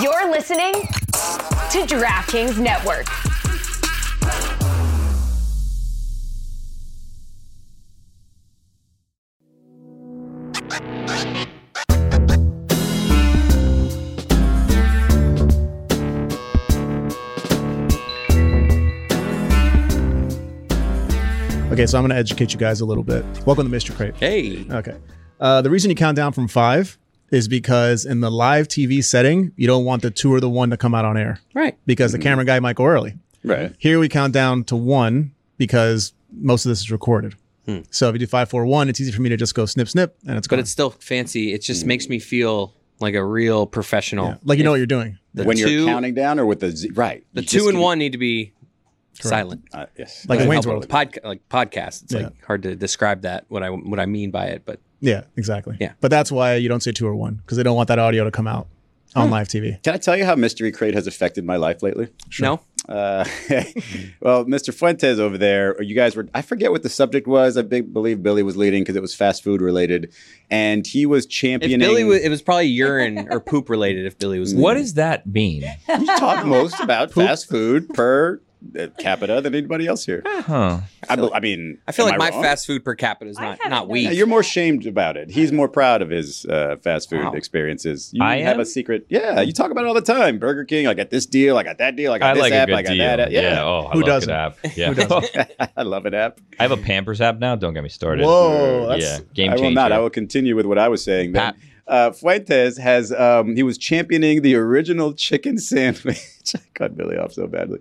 You're listening to DraftKings Network. Okay, so I'm going to educate you guys a little bit. Welcome to Mr. Crate. Hey. Okay. Uh, the reason you count down from five is because in the live TV setting, you don't want the two or the one to come out on air Right. because Mm-hmm. the camera guy might go early. Right. Here we count down to one because most of this is recorded. So if you do five, four, one, it's easy for me to just go snip, snip, and it's Hmm. but gone. it's still fancy. It Hmm. just makes me feel like a real professional. like you know what you're doing. The when two, you're counting down or with the z- right. the you two just and keep- one need to be silent. Uh, yes. Like in Right. Wayne's Help World. it. Podca- like podcast. It's Yeah. like hard to describe that what I what I mean by it, but Yeah, exactly. Yeah. But that's why you don't say two or one because they don't want that audio to come out Hmm. on live TV. Can I tell you how Mystery Crate has affected my life lately? no. Uh, well, Mr. Fuentes over there, you guys were, I forget what the subject was. I big, believe Billy was leading because it was fast food related. And he was If championing. Billy, was, it was probably urine or poop related. If Billy was, Mm. What does that mean? you talk most about fast food per uh, capita than anybody else here. Huh. I, be- I mean, I feel am like my wrong? fast food per capita is I not haven't not done Yeah, weak. you're more shamed about it. He's more proud of his uh, fast food Wow. experiences. You I have am? a secret. Yeah, you talk about it all the time. Burger King, I got this deal, I got that deal, I got I this like app, a I good got deal. that app. Yeah, Oh, I Who love doesn't? good app. Yeah. I love it app. I have a Pampers app now. Don't get me started. Whoa, yeah. that's- Game I changer. will not. I will continue with what I was saying. Then. Uh, Fuentes has um, he was championing the original chicken sandwich. I cut Billy off so badly.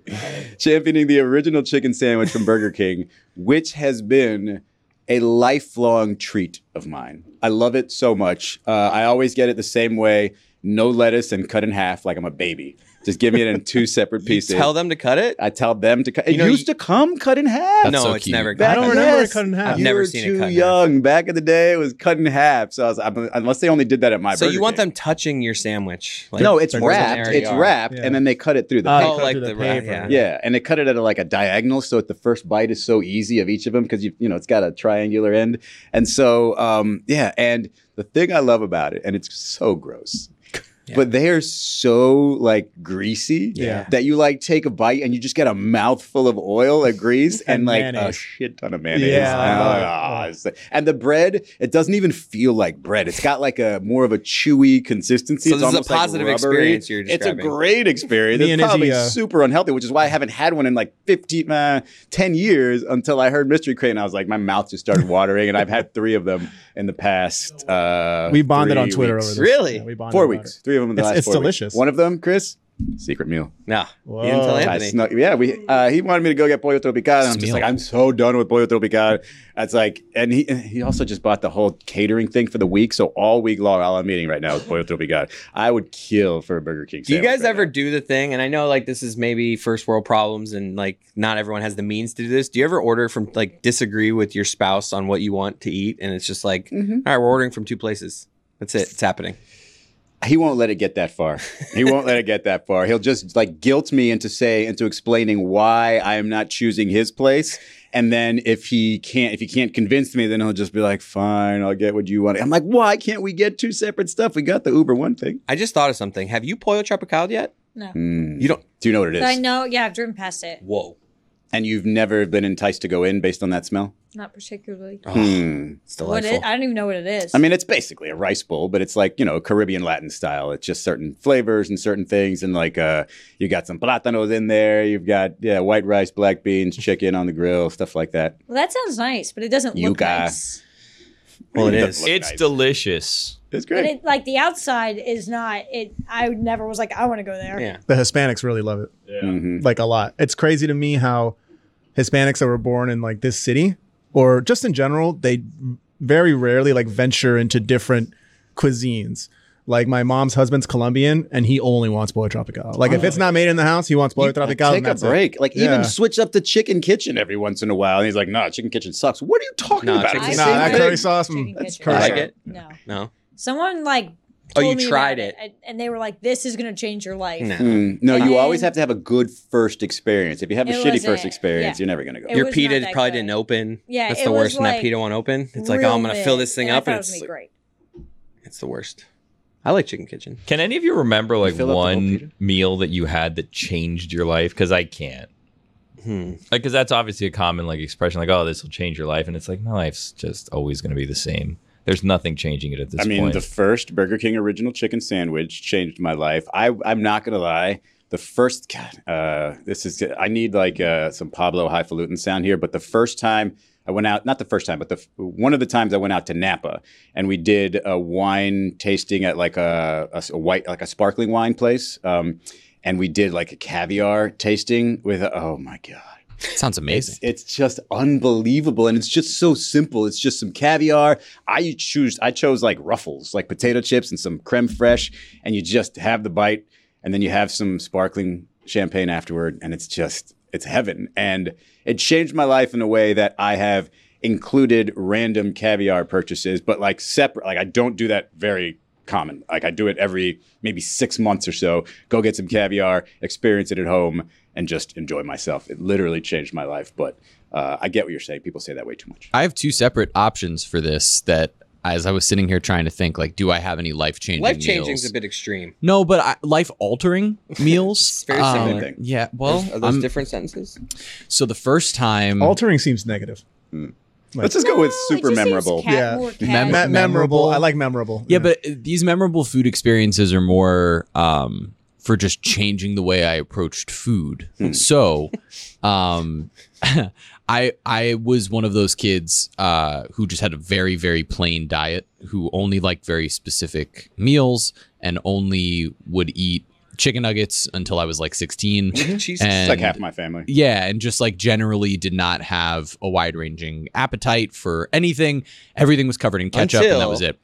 championing the original chicken sandwich from Burger King, which has been a lifelong treat of mine. I love it so much. Uh, I always get it the same way: no lettuce and cut in half, like I'm a baby. Just give me it in two separate pieces. Tell them to cut it. I tell them to cut. It You know, used you- to come cut in half. no, so it's cute. never. Back- I cut don't it. remember it cut in half. I've you never were seen it too cut in half. young. Back in the day, it was cut in half. So I was, I'm, unless they only did that at my. So Burger you want King. them touching your sandwich? like, no, it's more than wrapped. they already It's are. wrapped, Yeah. and then they cut it through the. Uh, paper. Oh, cut like through the ra- yeah. yeah, and they cut it at a, like a diagonal, so that the first bite is so easy of each of them because you you know it's got a triangular end, and so um, yeah, and the thing I love about it, and it's so gross. But they are so like greasy Yeah. that you like take a bite and you just get a mouthful of oil and grease and, And like a mayonnaise. shit ton of mayonnaise. Yeah, I And, love it. ah, it's- and the bread, it doesn't even feel like bread. It's got like a more of a chewy consistency. So it's this is a almost, like, positive rubbery. experience you're It's describing. a great experience. Me It's and Izzy, probably uh, super unhealthy, which is why I haven't had one in like 15, uh, 10 years until I heard Mystery Crate. And I was like, my mouth just started watering. and I've had three of them in the past. Uh, We bonded three on Twitter weeks. over this. Really? Yeah, we bonded Four about weeks. it. Three of them in the It's- last it's four weeks. delicious. One of them, Chris, secret meal. No, Whoa. you didn't tell I Anthony. snuck- yeah, we uh, he wanted me to go get pollo tropical, and I'm just Meal. like, I'm so done with pollo tropical. That's like, and he and he also just bought the whole catering thing for the week, so all week long, all I'm eating right now is pollo tropical. I would kill for a Burger King. Do you sandwich guys right ever now. do the thing? And I know like this is maybe first world problems and like not everyone has the means to do this. Do you ever order from like disagree with your spouse on what you want to eat? And it's just like, Mm-hmm. "All right, we're ordering from two places. That's it. It's happening. He won't let it get that far. He won't let it get that far. He'll just like guilt me into say into explaining why I am not choosing his place. And then if he can't if he can't convince me, then he'll just be like, "Fine, I'll get what you want." I'm like, "Why can't we get two separate stuff? We got the Uber one thing." I just thought of something. Have you pollo tropical yet? No. Mm. You don't. Do you know what it is? But I know, yeah, I've driven past it. Whoa. And you've never been enticed to go in based on that smell? Not particularly. Oh, Hmm. It's What delightful. it, I don't even know what it is. I mean, it's basically a rice bowl, but it's like, you know, Caribbean Latin style. It's just certain flavors and certain things. And like, uh, you got some plátanos in there. You've got, yeah, white rice, black beans, chicken on the grill, stuff like that. well, that sounds nice, but it doesn't You look got- nice. well, it It is. doesn't It's Nice. delicious. It's But great. it, like the outside is not. It. I would never was like, I want to go there. Yeah. The Hispanics really love it. Mhm. like a lot. It's crazy to me how Hispanics that were born in like this city or just in general, they very rarely like venture into different cuisines. Like my mom's husband's Colombian and he only wants pollo tropical. Like if it's not made in the house, he wants pollo tropical. Take and a that's it. break. Like, Yeah. even switch up the chicken kitchen every once in a while. And he's like, nah, chicken kitchen sucks. What are you talking Nah, about? chicken- It's the Nah, same that thing. curry sauce, mm, Chicken that's kitchen. curry. I like sauce. it. No. No. Someone like. Oh, told you me about tried it. and- and they were like, "This is gonna change your life." No. Mm. No, And you then- always have to have a good first experience. If you have a It shitty wasn't. first experience, Yeah. you're never going to go. It Your was pita not that probably good. didn't open. Yeah, That's it the was worst when that like pita won't open. It's like, oh, I'm Real going to fill big. this thing And I up. thought it And was it's, gonna be great. it's the worst. I like Chicken Kitchen. Can any of you remember like fill up the whole one pizza? meal that you had that changed your life? Because I can't. Hmm. Like, because that's obviously a common like expression, like, "Oh, this will change your life," and it's like my life's just always going to be the same. There's nothing changing it at this I mean, point. the first Burger King original chicken sandwich changed my life. I, I'm not gonna lie. The first, God, uh, this is. I need like uh, some Pablo highfalutin sound here. But the first time I went out, not the first time, but the f- one of the times I went out to Napa, and we did a wine tasting at like a, a s- a white, like a sparkling wine place, um, and we did like a caviar tasting with. Oh my God. Sounds amazing. It's, it's just unbelievable, and it's just so simple. It's just some caviar. I choose. I chose like ruffles, like potato chips and some creme fraiche, and you just have the bite, and then you have some sparkling champagne afterward, and it's just it's heaven. And it changed my life in a way that I have included random caviar purchases, but like separate. Like I don't do that very common. Like I do it every maybe six months or so. Go get some caviar, experience it at home, and just enjoy myself. It literally changed my life. But uh, I get what you're saying. People say that way too much. I have two separate options for this that as I was sitting here trying to think, like, do I have any life changing Life changing's a bit extreme. No, but I, life altering meals. Uh, It's very similar thing. Yeah. Well, Are those I'm- different sentences? so the first time. Altering seems negative. Let's just go with No, it super just seems memorable. cat- Yeah. more cat- Mem- Me- memorable. memorable. I like memorable. yeah, but uh, these memorable food experiences are more um, for just changing the way I approached food. So, um, I I was one of those kids uh, who just had a very very plain diet, who only liked very specific meals, and only would eat chicken nuggets until I was like sixteen. Jesus. And It's like half my family. yeah, and just like generally did not have a wide ranging appetite for anything. Everything was covered in ketchup, and that Until- was it.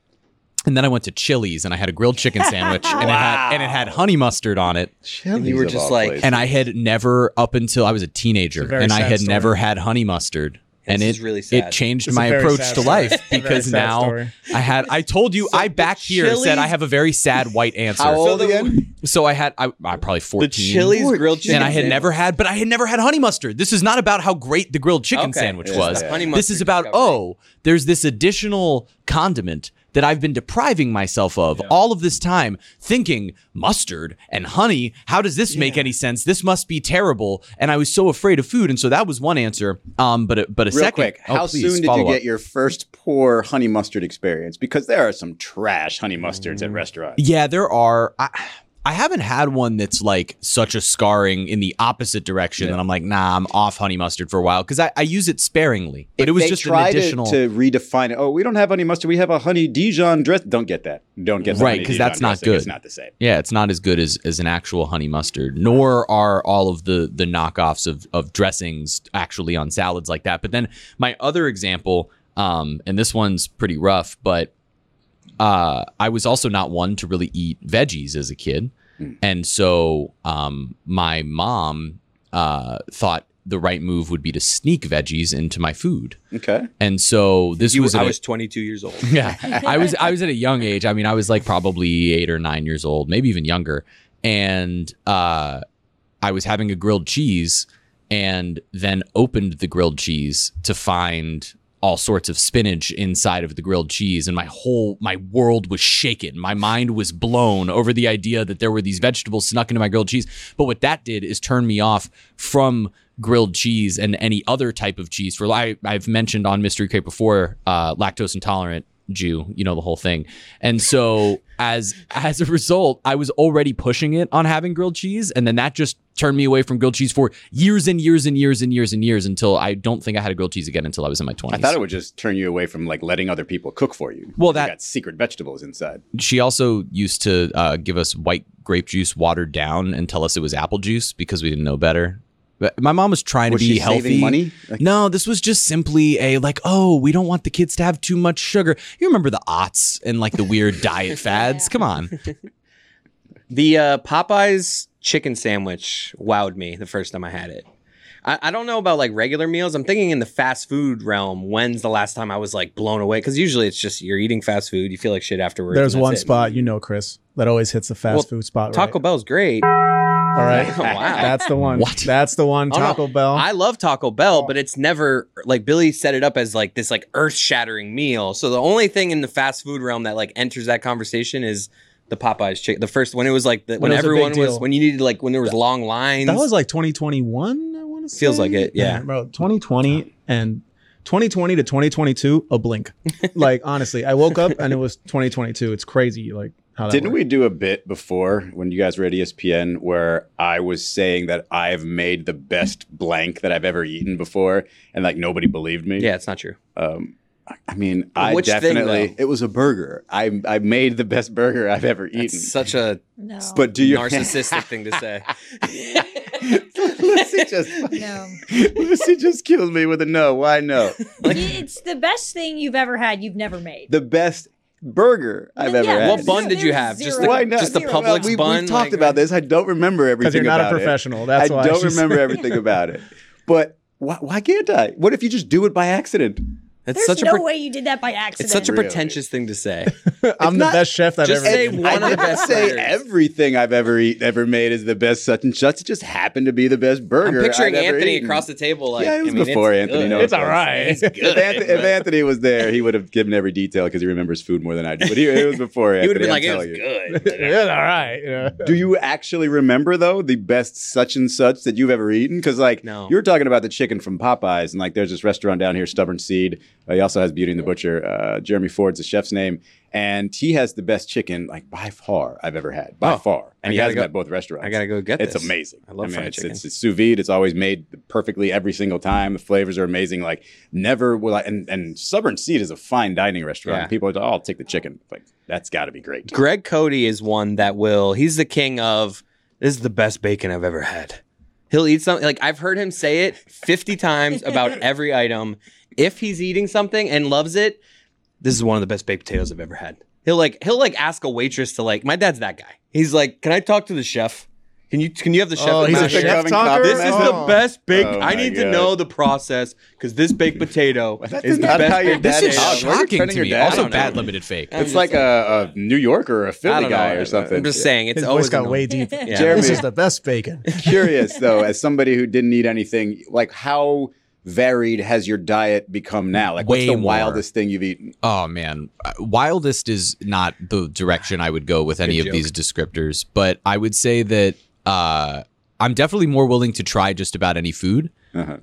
And then I went to Chili's and I had a grilled chicken sandwich and it had and it had honey mustard on it. And you were Of just all like, places. And I had never up until I was a It's a teenager very and I sad had story. never had honey mustard. And This it is really it sad. changed It's a my very approach sad to story. life It's a very because sad now story. I had I told you I back here said I Chili's- have a very sad white answer. How old the- again? So I had I, I probably The fourteen Chili's grilled chicken. and I had sandwich. never had, but I had never had honey mustard. This is not about how great the grilled chicken Okay. sandwich It's was. the honey This is mustard about discovery. oh, there's this additional condiment that I've been depriving myself of all of this time, thinking mustard and honey. How does this make any sense? This must be terrible. And I was so afraid of food, and so that was one answer. Um, but a, but a Real second, quick, oh, how please, soon did you follow up. get your first poor honey mustard experience? Because there are some trash honey mustards at restaurants. Yeah, there are. I, I haven't had one that's like such a scarring in the opposite direction that I'm like, nah, I'm off honey mustard for a while because I, I use it sparingly. But it was they just an try to- additional. to, redefine it. Oh, we don't have honey mustard. We have a honey Dijon dress. Don't get that. Don't get the Right, honey 'cause Dijon that's not dressing. It's good. not the same. yeah, it's not as good as, as an actual honey mustard, nor are all of the the knockoffs of, of dressings actually on salads like that. But then my other example, um, and this one's pretty rough, but uh, I was also not one to really eat veggies as a kid. Hmm. And so um, my mom uh, thought the right move would be to sneak veggies into my food. Okay. And so this You, was I at a- was 22 years old. yeah i was i was at a young age i mean i was like probably eight or nine years old maybe even younger and uh i was having a grilled cheese and then opened the grilled cheese to find all sorts of spinach inside of the grilled cheese and my whole my world was shaken my mind was blown over the idea that there were these vegetables snuck into my grilled cheese but what that did is turn me off from grilled cheese and any other type of cheese for I, i've mentioned on mystery crate before uh, lactose intolerant jew you know the whole thing and so as as a result i was already pushing it on having grilled cheese and then that just turned me away from grilled cheese for years and years and years and years and years until i don't think i had a grilled cheese again until i was in my 20s I thought it would just turn you away from like letting other people cook for you. Well, You that- got secret vegetables inside. she also used to uh, give us white grape juice watered down and tell us it was apple juice because we didn't know better. But my mom was trying Was to be she healthy. saving money? Like- no, this was just simply a like, oh, we don't want the kids to have too much sugar. You remember the aughts and like the weird diet fads? Come on. The uh, Popeyes chicken sandwich wowed me the first time I had it. I, I don't know about like regular meals. I'm thinking in the fast food realm. When's the last time I was like blown away? Because usually it's just you're eating fast food, you feel like shit afterwards. There's and that's one it. spot you know, Chris, that always hits the fast Well, food spot. Taco right? Bell's great. All right. Wow. That's the one. What? That's the one. Oh, no. Taco Bell. I love Taco Bell, but it's never like Billy set it up as like this like earth shattering meal. So the only thing in the fast food realm that like enters that conversation is the Popeyes chicken. The first when it was like the, when, When it was a big everyone was deal. when you needed like when there was long lines. That was like 2021, I want to say. Feels like it, yeah. Bro, 2020 and 2020 to 2022, a blink. like, honestly, I woke up and it was 2022. It's crazy, like, how that Didn't worked. we do a bit before when you guys were at E ESPN where I was saying that I've made the best blank that I've ever eaten before, and like nobody believed me? yeah, it's not true. Um, I- I mean, I Which thing, definitely though? it was a burger. I I made the best burger I've ever eaten. It's such a No. but do you narcissistic thing to say. Lucy just no. Lucy just killed me with a no. Why no? it's the best thing you've ever had. You've never made. The best burger I've Yeah, ever had. there's What bun did you there's have? Just zero. the- Why not? just the Zero. Well, Publix we, bun, We've talked like- about this. I don't remember everything Because you're not a about it. professional. That's I why. don't she's- remember everything about it. But why, why can't I? What if you just do it by accident? It's There's such a no pre- way you did that by accident. it's such a Really. pretentious thing to say. I'm the not- best chef I've just ever say been. one of I the didn't best say burgers. everything I've ever eat, ever made is the best such and such. It just happened to be the best burger. I'm picturing I'd ever Anthony eaten. across the table. Like, Yeah, it was I mean, before it's Anthony. good. No It's all offense. right. If, Anthony, if Anthony was there, he would have given every detail because he remembers food more than I do. But he, it was before You would Anthony. have been I'm like, it was telling you. good. It's all right. you know. Do you actually remember though the best such and such that you've ever eaten? Because like No. you were talking about the chicken from Popeyes, and like there's this restaurant down here, Stubborn Seed. Uh, he also has Beauty and the Butcher. Uh, Jeremy Ford's the chef's name, and he has the best chicken like by far I've ever had by Oh, far. I And he gotta has go- them at both restaurants. I gotta go get It's this. amazing. I love fried it's, chicken. It's, it's sous vide. It's always made perfectly every single time. The flavors are amazing. Like never will I. And, and Stubborn Seed is a fine dining restaurant. Yeah. People are like, oh, I'll take the chicken. Like that's got to be great. Greg Cody is one that will. He's the king of. This is the best bacon I've ever had. He'll eat something like I've heard him say it 50 times about every item. If he's eating something and loves it, this is one of the best baked potatoes I've ever had. He'll like he'll like ask a waitress to like. My dad's that guy. He's like, can I talk to the chef? Can you can you have the chef? Oh, at he's my a house?" chef Coming talker? compliments. This is Oh. the best baked. Oh I my need to God. know the process because this baked potato That is is the not best. how your baked- dad This is is. Why are you shocking turning to your me. dad Also, down? bad limited fake. It's like a, a New Yorker or a I Philly don't guy know. or something. I'm just saying it's His always voice got a no. way deep. Yeah. Jeremy- This is the best bacon. Curious though, as somebody who didn't eat anything, like how varied has your diet become now? Like what's Way the more. wildest thing you've eaten? Oh man, Uh, wildest is not the direction I would go with any of these descriptors, but I would say that uh, I'm definitely more willing to try just about any food.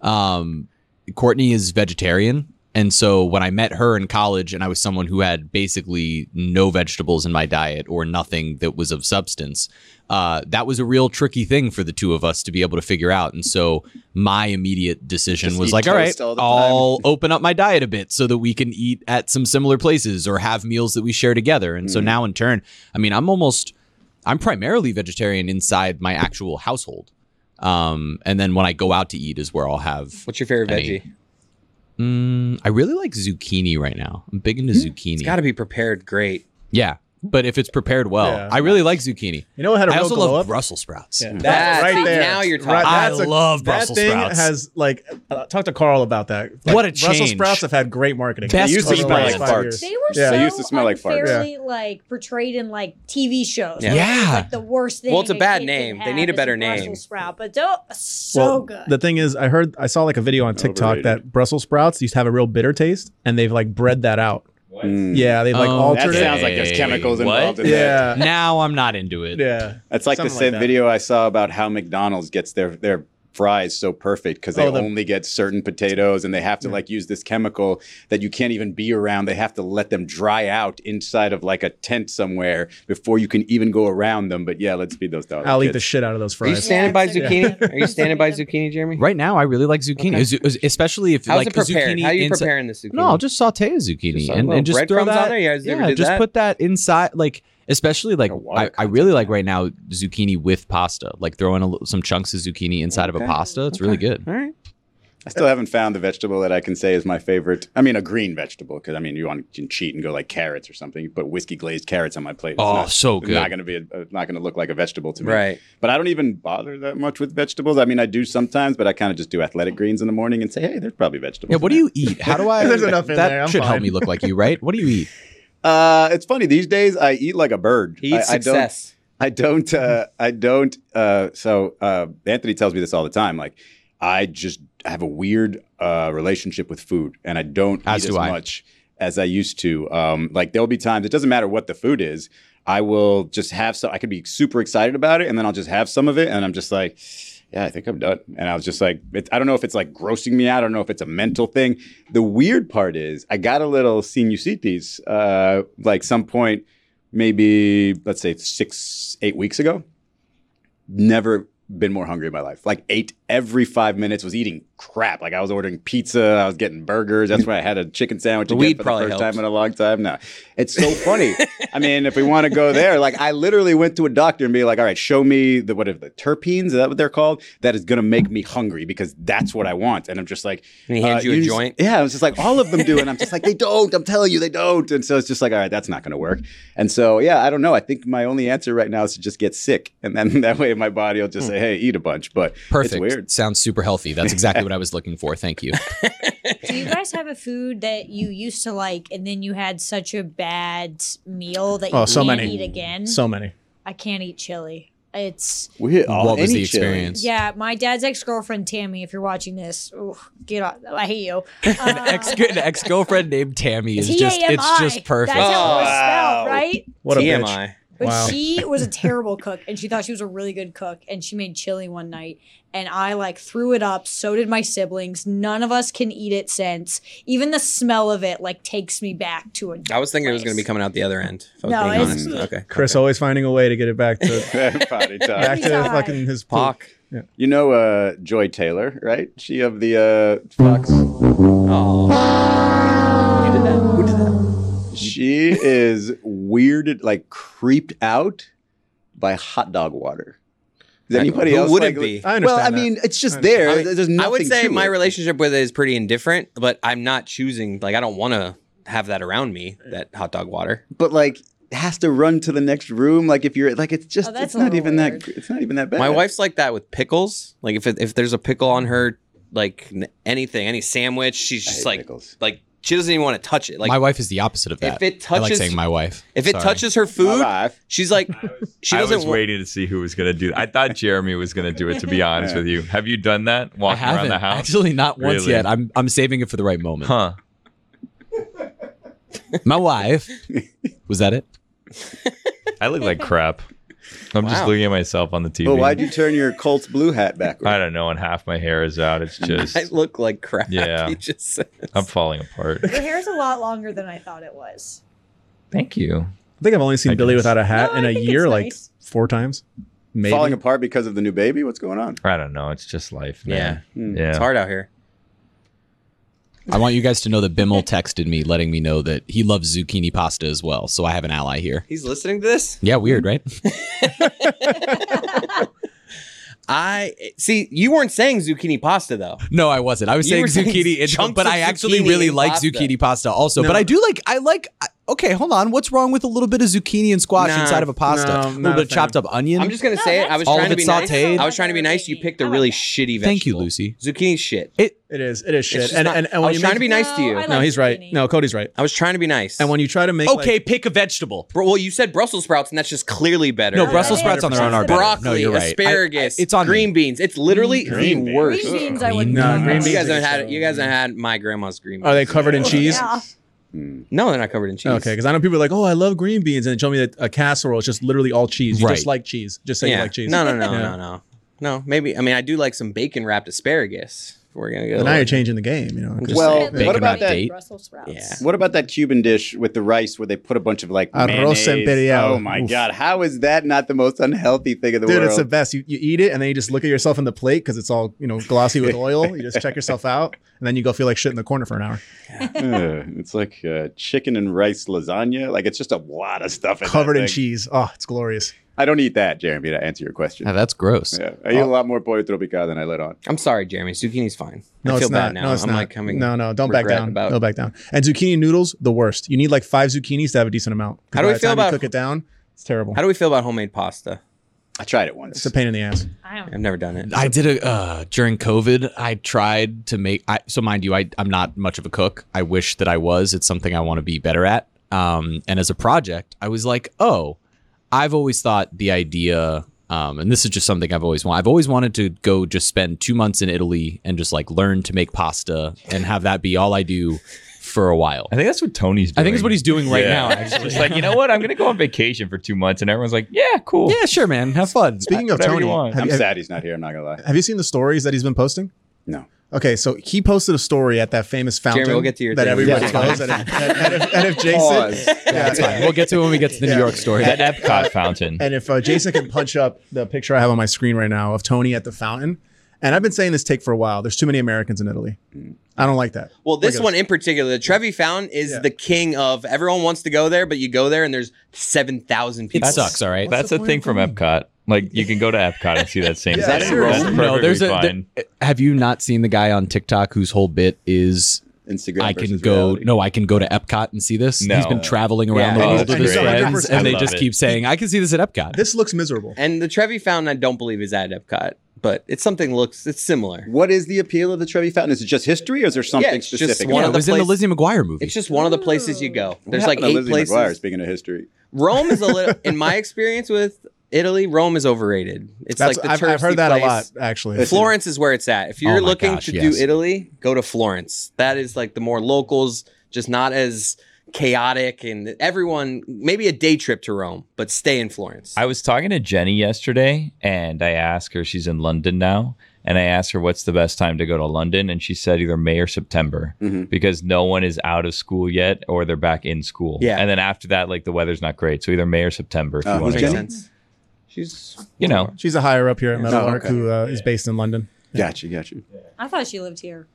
Um, Courtney is vegetarian, and so when I met her in college, and I was someone who had basically no vegetables in my diet or nothing that was of substance, uh, that was a real tricky thing for the two of us to be able to figure out. And so my immediate decision Just was eat like, all right, toast all the time." I'll open up my diet a bit so that we can eat at some similar places or have meals that we share together. And Mm-hmm. so now in turn, I mean, I'm almost I'm primarily vegetarian inside my actual household. Um, and then when I go out to eat is where I'll have What's your favorite Any. veggie? Mm, I really like zucchini right now. I'm big into zucchini. Hmm, It's got to be prepared great. yeah. But if it's prepared well, Yeah. I really like zucchini. You know what had a I real also glow love up? Brussels sprouts. Yeah, That's- see, now you're talking. I that's a- love Brussels that thing sprouts. Has like uh, talk to Carl about that. Like, What a Brussels change. sprouts have had great marketing. Best They used to food be like brand. five years. They were Yeah. so They used to smell like farts. unfairly, like portrayed in like TV shows. Yeah. Yeah. Like the worst thing. Well, it's a bad kid name. can They have need a is better Brussels name. Sprout, but don't, so well, good. The thing is, I heard I saw like a video on TikTok Overrated. that Brussels sprouts used to have a real bitter taste, and they've like bred that out. Mm. Yeah, they've like Oh, That altered it. sounds like there's chemicals What? involved in that. yeah, Now I'm not into it. yeah. That's like the Something like same that. video I saw about how McDonald's gets their their fries so perfect because they Oh, the- only get certain potatoes and they have to like use this chemical that you can't even be around. They have to let them dry out inside of like a tent somewhere before you can even go around them. But yeah, let's feed those dogs. I'll eat the shit out of those Are you fries. standing by that's a good zucchini? idea. Are you standing by zucchini, Jeremy? Right now, I really like zucchini, Zu- especially if How's like it prepared? zucchini. How are you insi- preparing the zucchini? No, I'll just saute a zucchini Just a and, little and just throw breadcrumbs that. on there? You guys never yeah, did just that? put that inside. Like especially like Like a water I, I really like right now zucchini with pasta. Like throwing a, li- some chunks of zucchini inside of a pasta. It's really good. All right. I still haven't found the vegetable that I can say is my favorite. I mean, a green vegetable because I mean, you want to cheat and go like carrots or something. You put whiskey glazed carrots on my plate. It's Oh, not, so it's good. Not going to be. A, uh, not going to look like a vegetable to me. Right. But I don't even bother that much with vegetables. I mean, I do sometimes, but I kind of just do athletic greens in the morning and say, hey, there's probably vegetables. Yeah, what do you eat? How do I? There's enough in that there, I'm should help fine. me look like you, right? What do you eat? Uh, it's funny these days. I eat like a bird. He eats I, I don't success. I don't. Uh, I don't. Uh, so uh, Anthony tells me this all the time. Like, I just have a weird uh, relationship with food, and I don't As eat do as I. much as I used to. Um, like, there'll be times it doesn't matter what the food is. I will just have some. I could be super excited about it, and then I'll just have some of it, and I'm just like, yeah, I think I'm done. And I was just like, it, I don't know if it's like grossing me out. I don't know if it's a mental thing. The weird part is, I got a little sinusitis, uh, like some point, maybe let's say six, eight weeks ago. Never been more hungry in my life. Like ate every five minutes. Was eating crap. Like I was ordering pizza. I was getting burgers. That's why I had a chicken sandwich The again weed for the probably first helped. time in a long time. No, it's so funny. I mean, if we want to go there, like I literally went to a doctor and be like, "All right, show me the what are the terpenes? Is that what they're called? That is going to make me hungry because that's what I want." And I'm just like, uh, And he hands you a just- joint? Yeah, I was just like, all of them do, and I'm just like, they don't. I'm telling you, they don't. And so it's just like, all right, that's not going to work. And so yeah, I don't know. I think my only answer right now is to just get sick, and then that way my body will just Hmm. say, "Hey, eat a bunch." But Perfect. It's weird. Sounds super healthy. That's exactly what I was looking for. Thank you. Do you guys have a food that you used to like and then you had such a bad meal that you Oh, so can't many. eat again? So many. I can't eat chili. It's Weird. what was Any the chili. experience? yeah, my dad's ex girlfriend Tammy. If you're watching this, ooh, get off. I hate you. Uh, Ex an ex girlfriend named Tammy is T just A M it's I. just perfect. Oh, That's how it was Wow. spelled, right? What a bitch. TMI. But Wow. she was a terrible cook, and she thought she was a really good cook, and she made chili one night, and I like threw it up. So did my siblings. None of us can eat it since. Even the smell of it like takes me back to a. I was thinking it was going to be coming out the other end. If I was No, being it's- honest. Okay. Chris always finding a way to get it back to Potty talk. back to Every time. fucking his poop. Hawk. You know uh, Joy Taylor, right? She of the uh, Fox. She is weirded, like creeped out by hot dog water. Is anybody Who else wouldn't like- be? I understand. Well, I that. mean, it's just there. I mean, There's nothing. I would say to my it. relationship with it is pretty indifferent, but I'm not choosing. Like, I don't want to have that around me. That hot dog water. but like has to run to the next room. Like if you're like, it's just Oh, that's it's a not little even weird. that. It's not even that bad. My wife's like that with pickles. Like, if it, if there's a pickle on her, like n- anything, any sandwich, she's I hate just like, pickles. like she doesn't even want to touch it. Like, my wife is the opposite of If that. it I like touches- saying my wife. if it Sorry. touches her My food, wife. she's like, she I doesn't. was wa- waiting to see who was going to do that. I thought Jeremy was going to do it, to be honest with you. Have you done that? I Walking around haven't the house? actually not once Really? yet. I'm I'm saving it for the right moment. Huh. My wife was that it? I look like crap. I'm just Wow. looking at myself on the TV. But why'd you turn your Colts blue hat backwards? I Uh, don't know. And half my hair is out. It's just, I look like crap. Yeah. he just says. I'm falling apart. Your hair's a lot longer than I thought it was. Thank you. I think I've only seen I Billy guess. without a hat No, in I a think year, it's like nice. four times. Maybe. Falling apart because of the new baby. What's going on? I don't know. It's just life, man. Yeah. Mm. Yeah. It's hard out here. I want you guys to know that Bimmel texted me letting me know that he loves zucchini pasta as well, so I have an ally here. He's listening to this. Yeah, weird, right? I see. You weren't saying zucchini pasta though. No, I wasn't. I was You saying were saying zucchini, in- chunks but of I actually zucchini really in like pasta. zucchini pasta also. But I do like, I like, I- okay, hold on. What's wrong with a little bit of zucchini and squash Nah, inside of a pasta? no, a little not a bit of chopped fan. up onion. I'm just gonna No, say it. I that's was All trying of to it's be nice. sautéed? I was trying to be nice. You picked a I like really that. shitty vegetable. Thank you, Lucy. Zucchini shit. It, It is. It is shit. just and, not- and, and I when was you trying make, to be nice to you. I No, like he's right. zucchini. No, Cody's right. I was trying to be nice. And when you try to make okay, like, pick a vegetable. Bro, well, you said Brussels sprouts, and that's just clearly better. No, yeah, Brussels sprouts on their own are better. broccoli, no, you're right. I- I- asparagus, it's on me. green beans. It's literally Green the beans. worst. Green beans, I wouldn't. beans. do. No, green You beans guys haven't are had so- you guys haven't had my grandma's green beans. are they covered in cheese? Yeah. No, they're not covered in cheese. Okay, because I know people are like, oh, I love green beans, and they show me that a casserole is just literally all cheese. You Right. just like cheese. Just say yeah. you like cheese. No, no, no, Yeah. no, no, no. Maybe I mean I do like some bacon wrapped asparagus. If we're gonna go. And now you're like- changing the game. You know. 'cause- Well, Bacon what about wrapped that? date? Brussels sprouts. Yeah. What about that Cuban dish with the rice where they put a bunch of like Arroz mayonnaise? imperial. Oh my Oof. god, how is that not the most unhealthy thing in the Dude, world? it's the best. You, you eat it and then you just look at yourself in the plate because it's all you know glossy with oil. You just check yourself out and then you go feel like shit in the corner for an hour, Ugh, it's like uh, chicken and rice lasagna. Like it's just a lot of stuff in that covered in thing. cheese. Oh, it's glorious. I don't eat that, Jeremy. To answer your question, Yeah, that's gross. yeah, I eat a Oh. lot more pollo tropical than I let on. I'm sorry, Jeremy. Zucchini's fine. No, I feel it's not. bad now. No, it's I'm not. like coming. no, no, don't back regret down. about- Don't back down. And zucchini noodles, the worst. You need like five zucchinis to have a decent amount. 'Cause How do by we the feel time you about- cook it down? It's terrible. How do we feel about homemade pasta? I tried it once. it's a pain in the ass. I don't. I've never done it. I did a uh, during COVID. I tried to make. I, so mind you, I I'm not much of a cook. I wish that I was. It's something I want to be better at. Um, and as a project, I was like, oh, I've always thought the idea. Um, and this is just something I've always wanted. I've always wanted to go just spend two months in Italy and just like learn to make pasta and have that be all I do for a while. I think that's what Tony's doing. I think it's what he's doing right Yeah. now, actually. It's like, you know what? I'm going to go on vacation for two months. And everyone's like, yeah, cool. yeah, sure, man. Have fun. Speaking of Whatever you Tony, want. have I'm you, have, sad he's not here. I'm not gonna lie. have you seen the stories that he's been posting? No. Okay, so he posted a story at that famous fountain we'll get to your that thing. everybody Yeah. goes. And if, and if, and if Pause. Jason, yeah, That's fine. We'll get to it when we get to the Yeah. New York story. That Epcot fountain. And if uh, Jason can punch up the picture I have on my screen right now of Tony at the fountain, and I've been saying this take for a while. There's too many Americans in Italy. I don't like that. Well, this Look at one in particular, the Trevi Fountain is Yeah. the king of everyone wants to go there, but you go there and there's 7,000 It people. sucks, all right? That's the a point thing of from going? Epcot. Like, you can go to Epcot and see that same Yeah, thing. seriously. That's no, there's a. perfectly there- fine. have you not seen the guy on TikTok whose whole bit is Instagram. I can versus go. reality. No, I can go to Epcot and see this. No. He's been traveling around Yeah. the Oh, world with that's his great. friends, 100%. and they I just love it. keep saying, "I can see this at Epcot." This looks miserable. And the Trevi Fountain, I don't believe is at Epcot, but it's something looks, it's similar. What is the appeal of the Trevi Fountain? Is it just history, or is there something Yeah, it's just specific? one yeah, of it the was in the place- Lizzie McGuire movie. It's just one of the places you go. What There's like happened to eight Lizzie places. McGuire, speaking of history, Rome is a little, in my experience with Italy, Rome is overrated. It's That's like the I've, I've touristy heard that place. a lot actually. Florence is where it's at. If you're Oh my looking gosh, to yes. do Italy, go to Florence. That is like the more locals, just not as chaotic and everyone maybe a day trip to Rome, but stay in Florence. I was talking to Jenny yesterday and I asked her, she's in London now. And I asked her, what's the best time to go to London? And she said either May or September because no one is out of school yet or they're back in school. Yeah. And then after that, like the weather's not great. So either May or September if Uh, you want who's to Makes go. Jenny? sense. She's You know, She's a higher up here at Metal Oh, Arc okay. who uh, is based in London. got you, got you. I thought she lived here.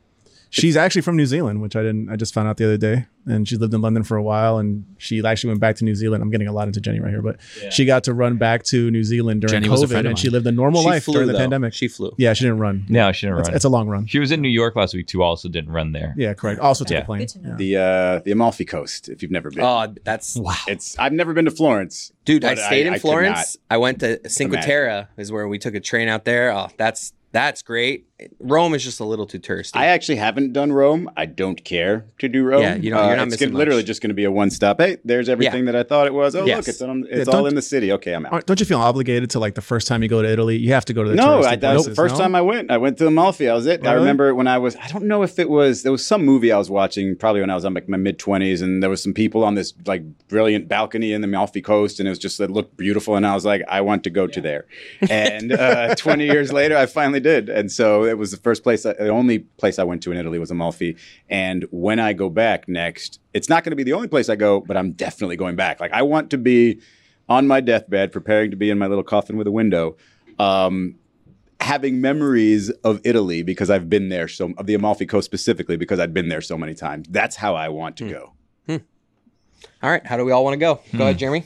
She's actually from New Zealand, which I didn't. I just found out the other day, and she lived in London for a while, and she actually went back to New Zealand. I'm getting a lot into Jenny right here, but she got to run back to New Zealand during Jenny was a COVID, friend of and she mine. lived a normal she life flew, during the though. pandemic. She flew. yeah, she didn't run. no, she didn't It's, run. it's a long run. she was in New York last week too, also didn't run there. Yeah, correct. Also took Yeah. a plane. Good to know. Yeah. The uh, the Amalfi Coast. If you've never been, Oh, that's wow. it's. I've never been to Florence, dude. I but stayed in I could Florence. I went to Cinque imagine. Terre, is where we took a train out there. Oh, that's that's great. Rome is just a little too touristy. I actually haven't done Rome. I don't care to do Rome. Uh, Yeah, you don't- you're not it's missing gonna- literally much. just going to be a one stop. Hey, there's everything that I thought it was. Oh, Yes. look, it's on, Yeah, it's don't- all in the city. Okay, I'm out. Aren't- Don't you feel obligated to like the first time you go to Italy, you have to go to the no, touristy I, that was the places, first no? time I went. I went to Amalfi. I was it. I Really? remember when I was. I don't know if it was. There was some movie I was watching, probably when I was in like my mid twenties, and there was some people on this like brilliant balcony in the Amalfi coast, and it was just it looked beautiful, and I was like, I want to go to there. And uh, twenty years later, I finally did, and so it was the first place, the only place I went to in Italy was Amalfi. And when I go back next, it's not going to be the only place I go, but I'm definitely going back. Like I want to be. On my deathbed, preparing to be in my little coffin with a window, um, having memories of Italy because I've been there so of the Amalfi Coast specifically because I'd been there so many times. That's how I want Hmm. to go. all right, how do we all want to go? Go Hmm. ahead, Jeremy.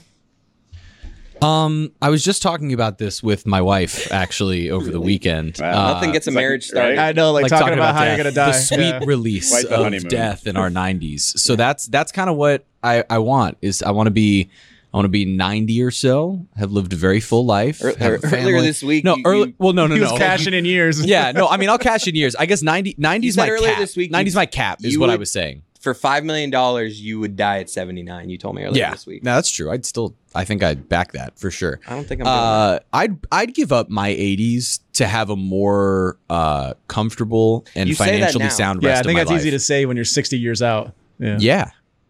Um, I was just talking about this with my wife actually over the weekend. Uh, Wow. Nothing gets a it's like- marriage Uh, right? started. I know, like, talking, about, how you're gonna die. The sweet Yeah. release Quite the of honeymoon. death in our 90s. So that's that's kind of what I I want is I want to be I want to be 90 or so, have lived a very full life. Ear- have a ear- earlier family. this week, No, you- early, you- well, no, no, He was no. cashing in years. yeah, no. I mean, I'll cash in years. I guess 90, 90 is said my earlier cap. this week you- 90 is my cap, is you what I would- was saying. For five million dollars, you would die at seventy nine. You told me earlier Yeah, this week. no, that's true. I'd still, I think I'd back that for sure. I don't think I'm doing that. Uh, I'd I'd give up my 80s to have a more uh, comfortable and You say that financially now. sound yeah. rest I think of that's my easy to life. say when you're 60 years out. Yeah. yeah.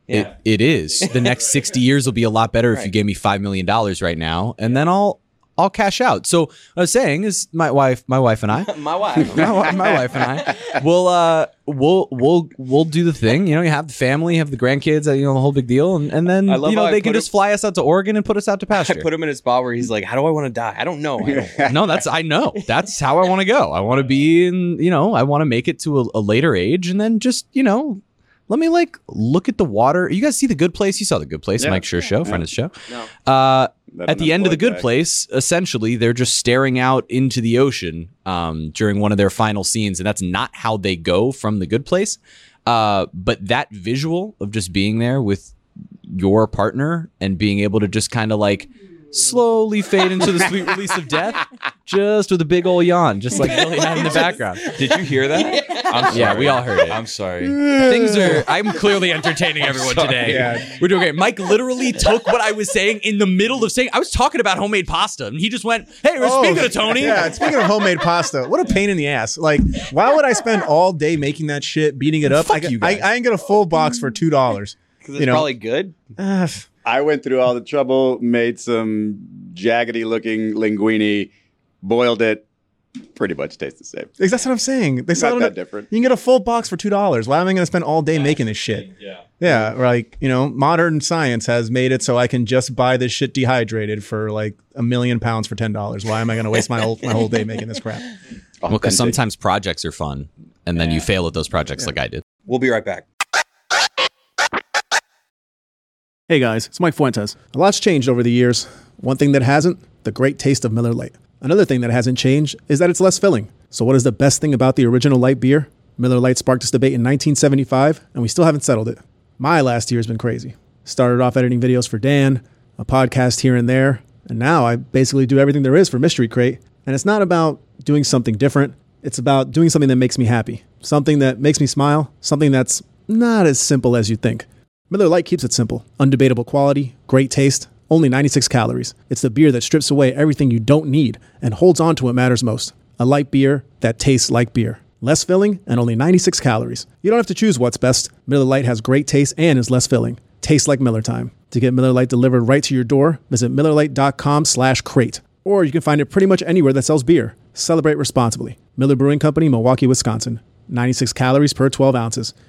Yeah. It, it is. The next 60 years will be a lot better if you Right. gave me 5 million dollars right now and then I'll I'll cash out. So what I was saying is my wife my wife and I My wife. my, wi- my wife and I will uh we'll we'll we'll do the thing. You know, you have the family, have the grandkids, uh, you know, the whole big deal, and, and then I love you know how I they can put just it- fly us out to Oregon and put us out to I pasture. put him in a spot where he's like, "How do I want to die? I don't know. I don't- no, that's I know. That's how I want to go. I want to be in, you know, I want to make it to a, a later age and then just, you know, let me like look at the water. You guys see the good place? You saw the good place, Yeah. Mike Sure show, friend of the show. No. Uh, That at the end of the unemployed good guy. place, essentially, they're just staring out into the ocean um, during one of their final scenes, and that's not how they go from the good place. Uh, but that visual of just being there with your partner and being able to just kind of like slowly fade into the sweet release of death, just with a big old yawn, just like Billy had in the background. Did you hear that? I'm sorry. Yeah, we all heard it. I'm sorry. Things are. I'm clearly entertaining everyone today. Yeah. We're doing great. Mike literally took what I was saying in the middle of saying I was talking about homemade pasta, and he just went, "Hey, we're Oh, speaking of Tony." Yeah, speaking of homemade pasta, what a pain in the ass. Like, why would I spend all day making that shit, beating it up? Fuck I, got- you guys. I, I ain't get a full box for two dollars. Because it's You know. Ah, probably good. I went through all the trouble, made some jaggedy looking linguine, boiled it. Pretty much tastes the same. That's what I'm saying. They sell Not it that at- different. You can get a full box for two dollars. Why am I going to spend all day making this shit? Yeah. Yeah, like you know, modern science has made it so I can just buy this shit dehydrated for like a million pounds for ten dollars. Why am I going to waste my whole my whole day making this crap? Well, Authentic. because sometimes projects are fun, and then you fail at those projects, like I did. We'll be right back. Hey guys, it's Mike Fuentes. A lot's changed over the years. One thing that hasn't, the great taste of Miller Lite. Another thing that hasn't changed is that it's less filling. So, what is the best thing about the original light beer? Miller Lite sparked this debate in 1975, and we still haven't settled it. My last year has been crazy. Started off editing videos for Dan, a podcast here and there, and now I basically do everything there is for Mystery Crate. And it's not about doing something different, it's about doing something that makes me happy, something that makes me smile, something that's not as simple as you think. Miller Lite keeps it simple. Undebatable quality, great taste, only 96 calories. It's the beer that strips away everything you don't need and holds on to what matters most. A light beer that tastes like beer. Less filling and only 96 calories. You don't have to choose what's best. Miller Lite has great taste and is less filling. Tastes like Miller time. To get Miller Lite delivered right to your door, visit MillerLite.com slash crate. Or you can find it pretty much anywhere that sells beer. Celebrate responsibly. Miller Brewing Company, Milwaukee, Wisconsin. 96 calories per 12 ounces.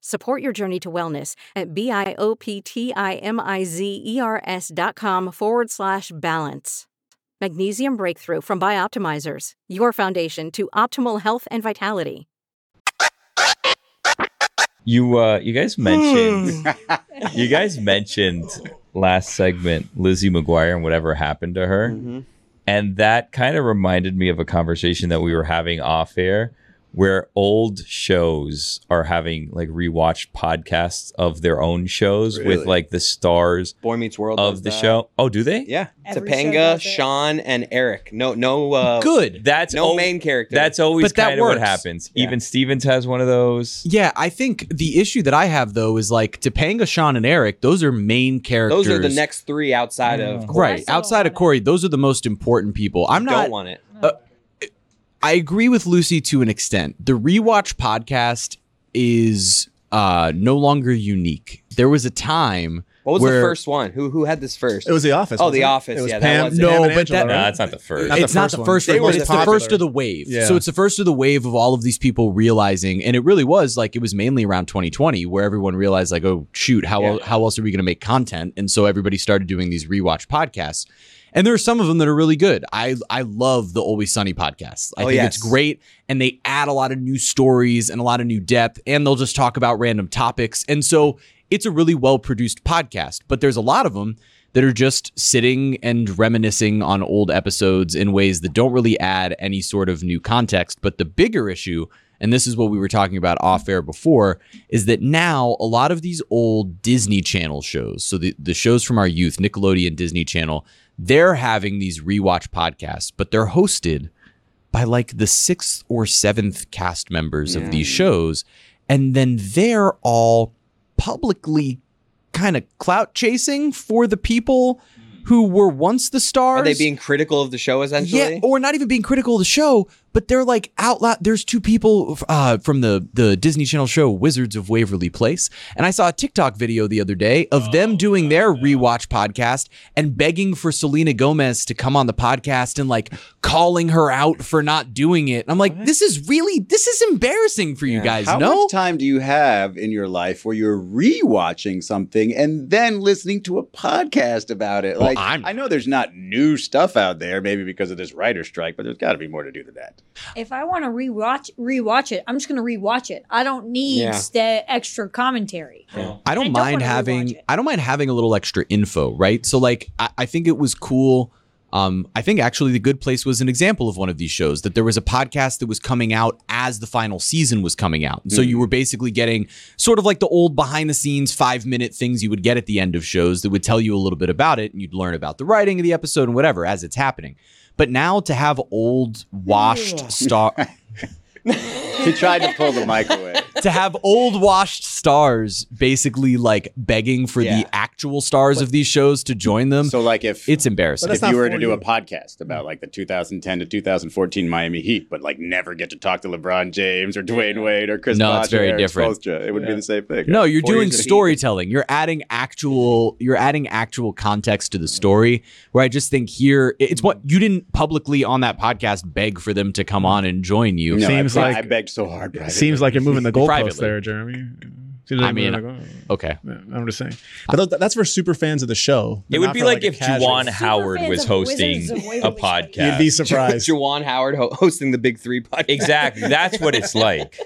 Support your journey to wellness at B-I-O-P-T-I-M-I-Z-E-R-S E dot com forward slash balance. Magnesium Breakthrough from Bioptimizers, your foundation to optimal health and vitality. You uh, you guys mentioned Hmm. you guys mentioned last segment Lizzie McGuire and whatever happened to her, Mm-hmm. and that kind of reminded me of a conversation that we were having off air, where old shows are having like rewatched podcasts of their own shows Really? with like the stars Boy Meets World of does the that. show. Oh, do they? Yeah, Every show Topanga, does it. Sean, and Eric. No, no, uh, Good. That's no al- main character. That's always But that kind of what works. happens. Yeah. Even Stevens has one of those. Yeah, I think the issue that I have though is like Topanga, Sean, and Eric. Those are main characters. those are the next three outside of. Corey. right I still don't outside want of it. Corey. Those are the most important people. I'm Don't not. want it. I agree with Lucy to an extent. The rewatch podcast is uh no longer unique. There was a time What was the where- first one? Who who had this first? It was The Office. Oh, wasn't The it? Office. It was Yeah, that Pam, was it. Pam No, and but Angela, that- No, right? that's not the first. Not the it's not first the one. first They one. were It's just the popular. first of the wave. Yeah. So it's the first of the wave of all of these people realizing, and it really was like it was mainly around 2020 where everyone realized like, oh shoot, how el- how else are we going to make content? And so everybody started doing these rewatch podcasts. And there are some of them that are really good. I I love the Always Sunny podcast. I Oh, think yes. it's great, and they add a lot of new stories and a lot of new depth, and they'll just talk about random topics. And so it's a really well produced podcast. But there's a lot of them that are just sitting and reminiscing on old episodes in ways that don't really add any sort of new context. But the bigger issue, and this is what we were talking about off air before, is that now a lot of these old Disney Channel shows, so the, the shows from our youth, Nickelodeon, Disney Channel, they're having these rewatch podcasts, but they're hosted by like the sixth or seventh cast members of these shows. And then they're all publicly kind of clout chasing for the people who were once the stars. Are they being critical of the show essentially? Yeah, or not even being critical of the show, but they're like out loud. There's two people uh, from the the Disney Channel show Wizards of Waverly Place, and I saw a TikTok video the other day of Oh, them doing their rewatch podcast and begging for Selena Gomez to come on the podcast and like calling her out for not doing it. And I'm like, this is really this is embarrassing for you guys. How no, much time do you have in your life where you're rewatching something and then listening to a podcast about it? Well, like I'm- I know there's not new stuff out there, maybe because of this writer strike, but there's got to be more to do than that. If I want to rewatch rewatch it, I'm just gonna rewatch it. I don't need Yeah. the extra commentary. I don't I don't mind wanna rewatch having it. I don't mind having a little extra info, right? So like I, I think it was cool. Um, I think actually the good place was an example of one of these shows that there was a podcast that was coming out as the final season was coming out. And so you were basically getting sort of like the old behind the scenes five minute things you would get at the end of shows that would tell you a little bit about it and you'd learn about the writing of the episode and whatever as it's happening. But now to have old washed star He tried to pull the mic away. to have old washed stars basically like begging for Yeah. the actual stars of these shows to join them. So like if Um, it's embarrassing. But if that's you not were to for do a you. podcast about like the 2010 to 2014 Miami Heat, but like never get to talk to LeBron James or Dwayne Wade or Chris No, Bosh it's very or Eric different. Spoelstra, it would be the same thing. no, you're Four doing years of Heat. storytelling. You're adding actual you're adding actual context to the story where I just think here it- it's what you didn't publicly on that podcast beg for them to come on and join you. No, Seems I, like- I begged so hard. Brian. Seems like you're moving the goalpost Privately. there, Jeremy. Seems I you're mean, moving the goal- Okay. Yeah, I'm just saying. But th- that's for super fans of the show. It but would not be for, like, a if casual- Juwan Howard fans was of hosting Wizards of a Waverly Place. podcast. You'd be surprised. Jawan Howard ho- hosting the Big Three podcast. exactly. That's what it's like.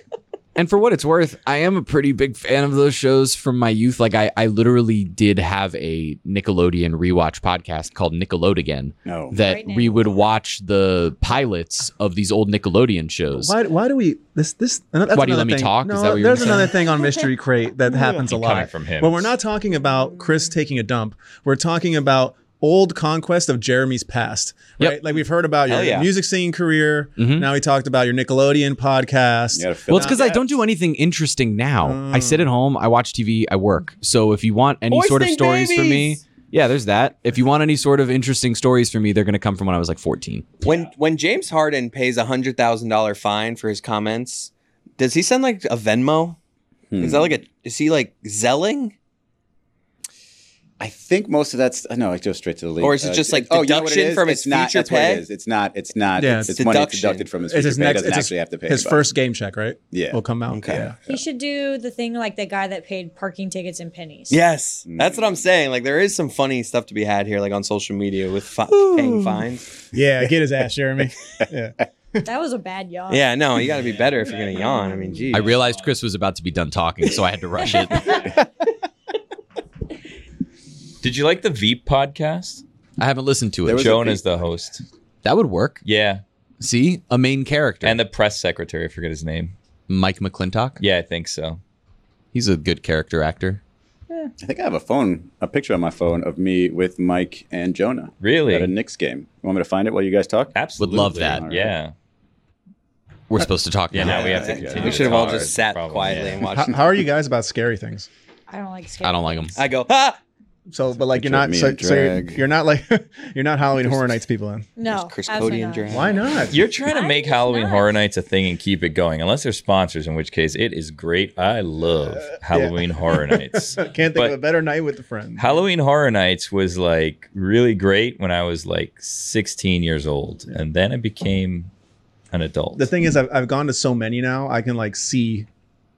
And for what it's worth, I am a pretty big fan of those shows from my youth. Like I, I literally did have a Nickelodeon rewatch podcast called Nickelode Again. No. That Right we now. would watch the pilots of these old Nickelodeon shows. Why, why do we this this? and that's Why do you let another me thing. talk? Is No, that what you were there's gonna say? another thing on Mystery Crate that happens a Coming lot. from him. When we're not talking about Chris taking a dump, we're talking about old conquest of Jeremy's past, Yep. Mm-hmm. right? Like we've heard about your Hell yeah. music singing career. Now we talked about your Nickelodeon podcast. You gotta fill Well, it's out because I don't do anything interesting now. I sit at home, I watch TV, I work. So if you want any sort of Hoisting stories from me, babies! yeah, there's that. If you want any sort of interesting stories from me, they're going to come from when I was like 14. When when James Harden pays a hundred thousand dollar fine for his comments, does he send like a Venmo? Hmm. Is that like a is he like zelling? I think most of that's no, it goes straight to the league. Or is it just, like, Oh, you know what it deduction is? from It's his not, future that's what it pay? is. It's not. It's not. Yeah, it's, it's it's money deduction. deducted from his It's future his pay. next. doesn't It's his, actually have to pay his anybody. first game check, right? Yeah. will come out. Okay. Yeah. He should do the thing like that guy that paid parking tickets in pennies. Yes, that's what I'm saying. Like there is some funny stuff to be had here, like on social media with fi- paying fines. Yeah, get his ass, Jeremy. that was a bad yawn. Yeah, no, you got to be better if you're gonna yawn. I mean, geez. I realized Chris was about to be done talking, so I had to rush it. Did you like the Veep podcast? I haven't listened to There it. was- a Joan is Veep the host. that would work. Yeah, See, a main character. and the press secretary. I forget his name. Mike McClintock. Yeah, I think so. He's a good character actor. I think I have a phone, a picture on my phone of me with Mike and Jonah Really? at a Knicks game. You want me to find it while you guys talk? Absolutely. love that. Yeah. We're supposed to talk Yeah. now. Now we have to continue. We should have It's all hard. just sat Probably, quietly yeah. and watched. how, how are you guys about scary things? I don't like scary. I don't like him. I go, ah! So, but like you're Picture of not. me So, in so you're, drag. you're not like you're not Halloween Horror Nights people. Then No, Chris Cody absolutely and not. Drake. why not? You're trying to I make think it's Halloween nice. Horror Nights a thing and keep it going, unless there's sponsors, in which case it is great. I love Uh, Halloween Horror Nights. Can't think But- of a better night with a friend. Halloween Horror Nights was like really great when I was like 16 years old, and then I became an adult. the thing is I've, I've gone to so many now i can like see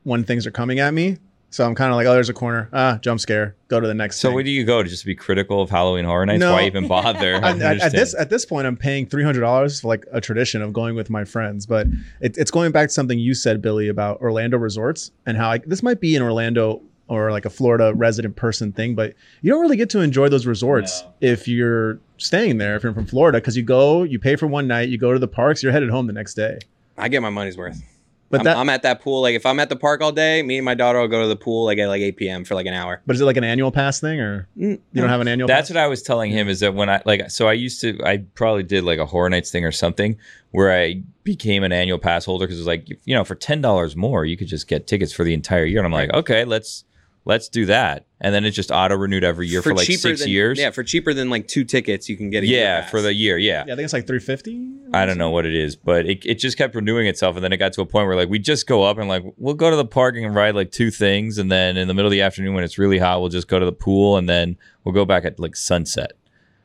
when things are coming at me so i'm kind of like oh there's a corner ah jump scare go to the next so thing. where do you go to just be critical of Halloween Horror Nights? No. Why even bother? I at, at- don't at this understand. at this point i'm paying $300 for like a tradition of going with my friends but it, it's going back to something you said billy about orlando resorts and how I, this might be an orlando or like a florida resident person thing but you don't really get to enjoy those resorts if you're staying there if you're from florida because you go you pay for one night you go to the parks you're headed home the next day I get my money's worth. But I'm, that- I'm at that pool. Like if I'm at the park all day, me and my daughter will go to the pool like at like 8 p.m. for like an hour. but is it like an annual pass thing or you don't have an annual pass? That's what I was telling him is that when I like, so I used to, I probably did like a Horror Nights thing or something where I became an annual pass holder because it was like, you know, for ten dollars more, you could just get tickets for the entire year. And I'm like, okay, let's Let's do that. And then it just auto renewed every year for, like six than, years. Yeah, for cheaper than like two tickets, you can get a year Yeah, pass. for the year. Yeah. Yeah, I think it's like 350. I don't know what it is, but it, it just kept renewing itself. And then it got to a point where like we just go up and like we'll go to the parking and ride like two things. And then in the middle of the afternoon when it's really hot, we'll just go to the pool and then we'll go back at like sunset.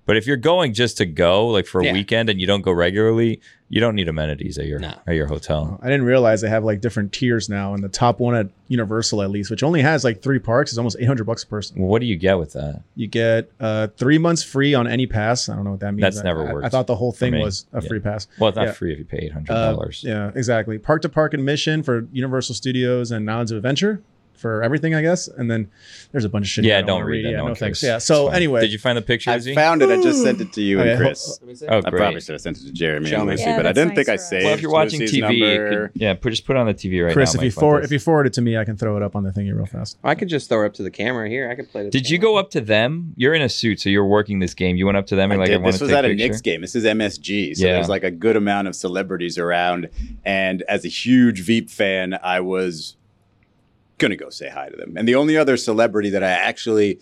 But if you're going just to go like for a Yeah. weekend and you don't go regularly, you don't need amenities at your No. at your hotel. I didn't realize they have like different tiers now, and the top one at Universal, at least, which only has like three parks, is almost 800 bucks a person. Well, what do you get with that? You get uh, three months free on any pass. I don't know what that means. That's I- never I- I worked thought the whole thing me. was a Yeah. free pass. Well, it's not Yeah. free if you pay eight hundred Uh, dollars. yeah, exactly. Park to park admission for Universal Studios and Islands of Adventure for everything, I guess. And then there's a bunch of shit. yeah, I don't, wanna read that. Yeah, no, no one thanks. cares. Yeah. It's So fine. anyway, did you find the picture? I Izzy? found it. I just sent it to you Okay, and hold- Chris. oh, I great. probably should have sent it to Jeremy, Show and me. Lucy, Yeah, but I that's didn't think I nice for us. saved. Well, if you're watching Lucy's TV, it number. could, yeah, put, just put it on the TV right Chris, now. if you Mike forward Fuentes. if you forward it to me, I can throw it up on the thingy real fast. I could just throw it up to the camera here. I could play. To the Did you camera. go up to them? You're in a suit, so you're working this game. You went up to them and I like, did. I want this to was take at a picture. Knicks game. This is MSG, so Yeah. there's like a good amount of celebrities around. And as a huge Veep fan, I was gonna go say hi to them. And the only other celebrity that I actually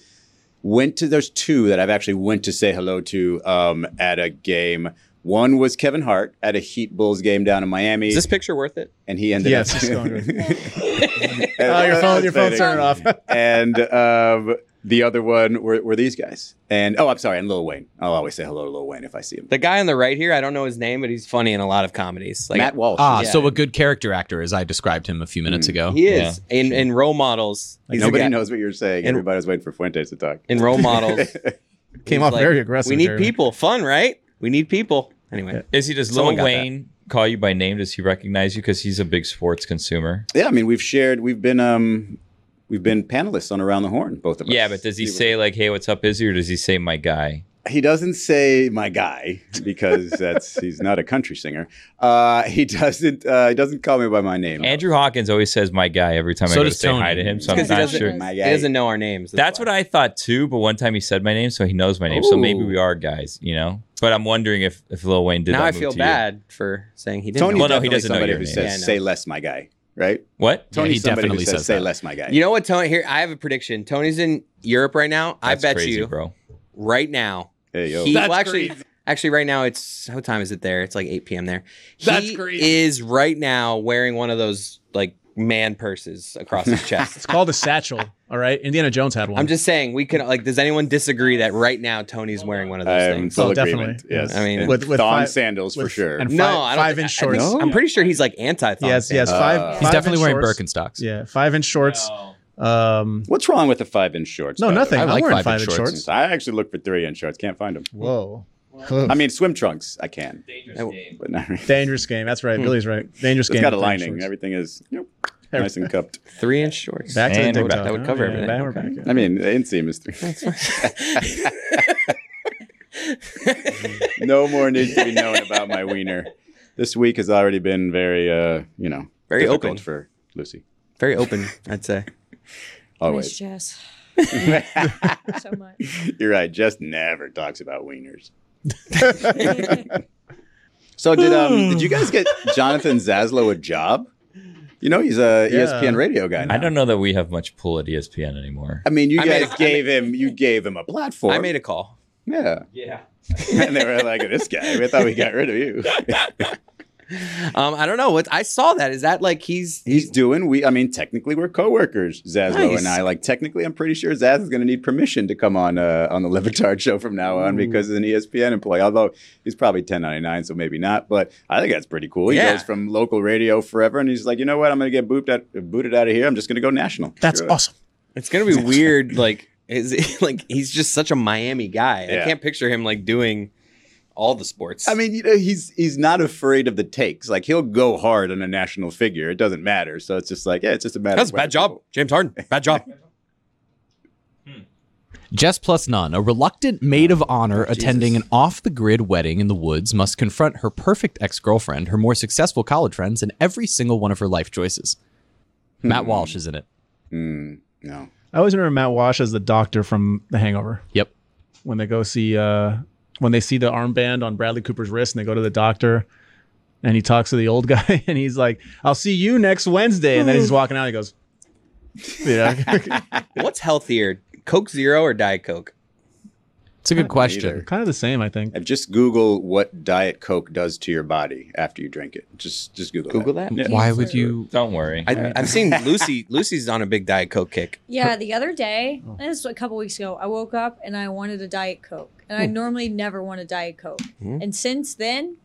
went to, there's two that I've actually went to say hello to um, at a game. One was Kevin Hart at a Heat Bulls game down in Miami, Is this picture worth it? and he ended Yeah, up. it's just going good. And- Oh, your phone, your phone's Fascinating turning off. and um, the other one were, were these guys. And oh, I'm sorry, and Lil Wayne. I'll always say hello to Lil Wayne if I see him. The guy on the right here, I don't know his name, but he's funny in a lot of comedies. Like Matt Walsh. Ah, Yeah. so a good character actor, as I described him a few minutes ago. he is in in role models. Like, he's the nobody guy- knows what you're saying. And- Everybody's waiting for Fuentes to talk. in role models. Came off he's very aggressive, We need Jeremy." people. Fun, right? We need people. Anyway, Is he does Someone Lil got that. Wayne call you by name? Does he recognize you because he's a big sports consumer? yeah, I mean, we've shared. We've been um, we've been panelists on Around the Horn, both of us. Yeah, but does he say like, "Hey, what's up, Izzy?" Or does he say, "My guy"? He doesn't say my guy because that's he's not a country singer. Uh, he doesn't uh, he doesn't call me by my name. Andrew Hawkins always says "my guy" every time So I go to does say hi Tony. to him, so I'm Because he not doesn't- sure. my he guy. doesn't know our names. That's why. what I thought too, but one time he said my name, so he knows my name. So maybe Ooh. we are guys, you know. But I'm wondering if if Lil Wayne did. now that I move feel to you. bad for saying he didn't. Tony's Well, know. no, he definitely doesn't know somebody your who name. says Yeah, I "say know. less, my guy." Right? What? Tony's he somebody who definitely says, says "say that. less, my guy." You know what, Tony? Here, I have a prediction. Tony's in Europe right now. That's I bet crazy, you bro. right now. Hey, yo. he, That's well, actually, crazy. actually, right now it's what time is it there? It's like 8 p.m. there. He That's crazy. is right now wearing one of those like man purses across his chest. It's called a satchel. All right. Indiana Jones had one. I'm just saying we could like. Does anyone disagree that right now Tony's wearing one of those I am in things? full Oh, definitely. agreement. Yes. I mean, And With- with thong five- sandals for with- sure. And five, no, I don't five think- inch I- I shorts. think- I'm pretty sure he's like anti. Yes, yes, five. Uh, He's He's five definitely inch wearing shorts. Birkenstocks. Yeah, five inch shorts. Um, What's wrong with the five inch shorts? no, by the nothing. way? I I'm like wearing five five-inch inch shorts. shorts. I actually looked for three inch shorts. Can't find them. Whoa. I mean, swim trunks. I can, but not. Really. Dangerous game. That's right. Billy's right. Dangerous Hmm. game. It's got a Five-inch lining. shorts. Everything is you know, nice and cupped. Three inch shorts. Back to the And we're TikTok. back. That would Oh, cover yeah, everything. back- we're back, yeah. I mean, the inseam is three. no more needs to be known about my wiener. This week has already been very, uh, you know, Very difficult open. for Lucy. Very open, I'd say. Miss Always, Jess so much. you're right. Jess never talks about wieners. So did um did you guys get Jonathan Zaslow a job? You know he's a E Yeah. ESPN radio guy. Now. I don't know that we have much pull at E ESPN anymore. I mean, you I made guys a- I gave him you gave him a platform. I made a call. yeah, Yeah. and they were like, "This guy, we thought we got rid of you." Um, I don't know what I saw. That is that like he's He's doing. We, I mean, technically we're coworkers, Zaslow Nice. and I. Like technically, I'm pretty sure Zaz is going to need permission to come on uh, on the Levitard show from now on because he's an E ESPN employee. Although he's probably 1099, so maybe not. But I think that's pretty cool. He Yeah. goes from local radio forever, and he's like, you know what? I'm going to get booted out, booted out of here. I'm just going to go national. That's Screw it. awesome. It's gonna be weird. Like, is it, like he's just such a Miami guy. Yeah. I can't picture him like doing all the sports. I mean, you know, he's he's not afraid of the takes. Like he'll go hard on a national figure. It doesn't matter. So it's just like, yeah, it's just a matter. that's a of whether bad job, people- James Harden. Bad job. Jess plus none, a reluctant maid Oh, of honor attending an off the grid wedding in the woods, must confront her perfect ex girlfriend, her more successful college friends, and every single one of her life choices. Hmm. Matt Walsh is in it. Mm, no. I always remember Matt Walsh as the doctor from The Hangover. Yep. When they go see, uh, when they see the armband on Bradley Cooper's wrist, and they go to the doctor, and he talks to the old guy, and he's like, "I'll see you next Wednesday," and then he's walking out. And he goes, Yeah, What's healthier, Coke Zero or Diet Coke? It's a good question. either. kind of the same, I think. And just Google what Diet Coke does to your body after you drink it. Just just Google Google that. Yeah. Um, Why would you? Don't worry. I, I've seen Lucy. Lucy's on a big Diet Coke kick. Yeah, the other day, Oh. this was a couple weeks ago, I woke up and I wanted a Diet Coke. And Hmm. I normally never want a Diet Coke. And since then,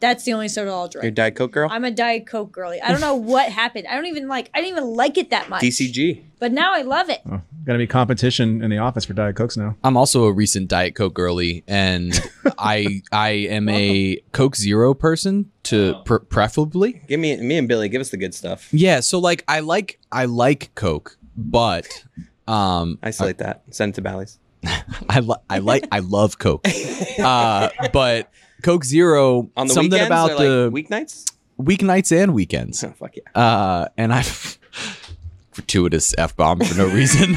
that's the only soda I'll Your drink. Diet Coke girl. I'm a Diet Coke girly. I don't know what happened. I don't even like I didn't even like it that much. DCG. But now I love it. Oh, gonna be competition in the office for Diet Cokes now. I'm also a recent Diet Coke girly, and I I am a Coke Zero person Oh. to pre- preferably. Give me me and Billy. Give us the good stuff. Yeah, so like I like I like Coke, but um Isolate that. Send it to Bally's. I li- I like I love Coke. Uh but Coke Zero On the something weekends about or, the like weeknights. weeknights and weekends. Oh fuck yeah. Uh and I've gratuitous F bomb for no reason.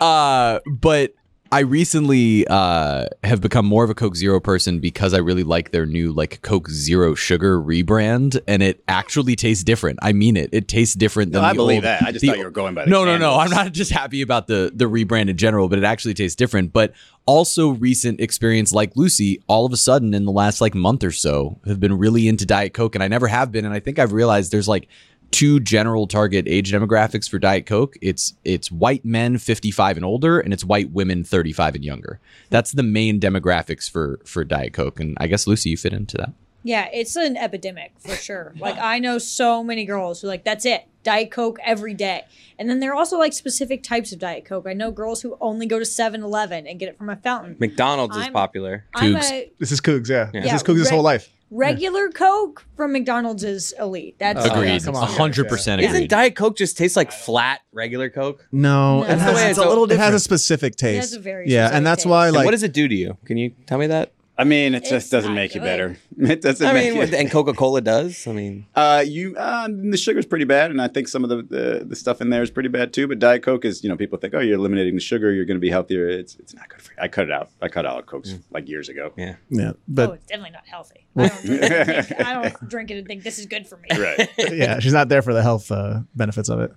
uh but I recently uh have become more of a Coke Zero person because I really like their new like Coke Zero sugar rebrand and it actually tastes different. I mean it. It tastes different No, than I the believe old- that. I just the thought you were going by the no, no, no. candles. I'm not just happy about the the rebrand in general, but it actually tastes different. But also recent experience like Lucy, all of a sudden in the last like month or so, have been really into Diet Coke, and I never have been. And I think I've realized there's like two general target age demographics for Diet Coke. It's it's white men 55 and older, and it's white women 35 and younger. That's the main demographics for for Diet Coke. And I guess Lucy, you fit into that. Yeah, it's an epidemic for sure. Like I know so many girls who like that's it, Diet Coke every day. And then there are also like specific types of Diet Coke. I know girls who only go to 7-Eleven and get it from a fountain. McDonald's is I'm- popular. I'm Cougs. a This is Cougs, yeah. Yeah. This is Cougs' his Right. whole life. regular Coke from McDonald's is elite. That's Oh, Agreed. yeah, come on. hundred percent agreed. Isn't Diet Coke just taste like flat regular Coke? No, No. That's the way it's a little It has a different. specific taste. has a very yeah, specific and that's taste. why And like what does it do to you? Can you tell me that? I mean, it It's just doesn't not make you good. better. It doesn't I make mean, you. what- and Coca Cola does. I mean, Uh, you uh, the sugar's pretty bad, and I think some of the, the the stuff in there is pretty bad too. But Diet Coke is, you know, people think, oh, you're eliminating the sugar, you're going to be healthier. It's it's not good for you. I cut it out. I cut out Cokes Mm. like years ago. Yeah. yeah, oh, but it's definitely not healthy. I don't, drink it and think, I don't drink it and think this is good for me. Right. yeah, she's not there for the health uh, benefits of it.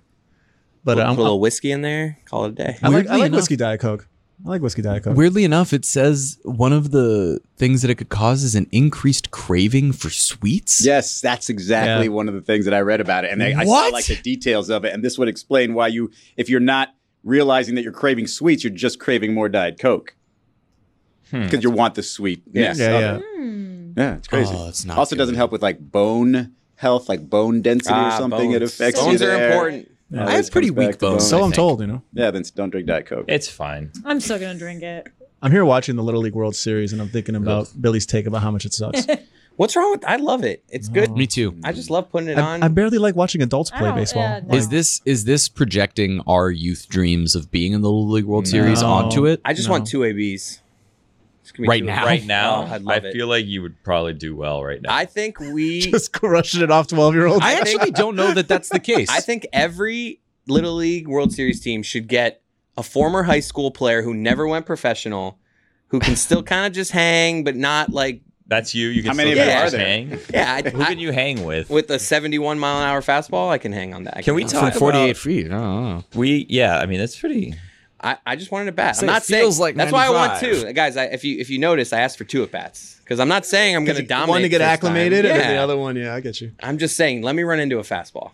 But put, um, put a little whiskey in there. Call it a day. I like, I Weirdly like enough- whiskey diet coke. I like whiskey diet coke. Weirdly enough, it says one of the things that it could cause is an increased craving for sweets. Yes, that's exactly Yeah. one of the things that I read about it, and I, I saw What? like the details of it, and this would explain why you, if you're not realizing that you're craving sweets, you're just craving more Diet Coke because you want the sweet. yeah, yeah, yeah. yeah, it's crazy. Oh, it's not also good. doesn't help with like bone health, like bone density Ah, or something. It bones. affects Bones you are there. important. Always I have pretty comes back weak to bones. So I I'm think. told, you know. Yeah, then don't drink Diet Coke. it's fine. I'm still gonna drink it. I'm here watching the Little League World Series, and I'm thinking about Billy's take about how much it sucks. What's wrong with? I love it. It's good. Me too. I just love putting it I, on. I barely like watching adults I play don't- uh, baseball. yeah, no. Is this is this projecting our youth dreams of being in the Little League World Series No. onto it? I just No. want two ABs. Just give me Right two. now? Right now, Oh, I'd I love it. feel like you would probably do well right now. I think we. just crushing it off 12 year olds. I actually don't know that that's the case. I think every Little League World Series team should get a former high school player who never went professional, who can still kind of just hang, but not like That's you. You can How many still of you just are there? hang. yeah. I, Who I- can you hang with? with a 71 mile an hour fastball, I can hang on that. I Can we for talk 48 about- feet. I don't know. We yeah. I mean, that's pretty. I, I just wanted a bat. Say I'm not it feels saying like that's why I want 95. two guys. I, if you if you notice, I asked for two at bats because I'm not saying I'm going to dominate. One to get the first time. acclimated, and Yeah. then the other one, yeah, I get you. I'm just saying, let me run into a fastball.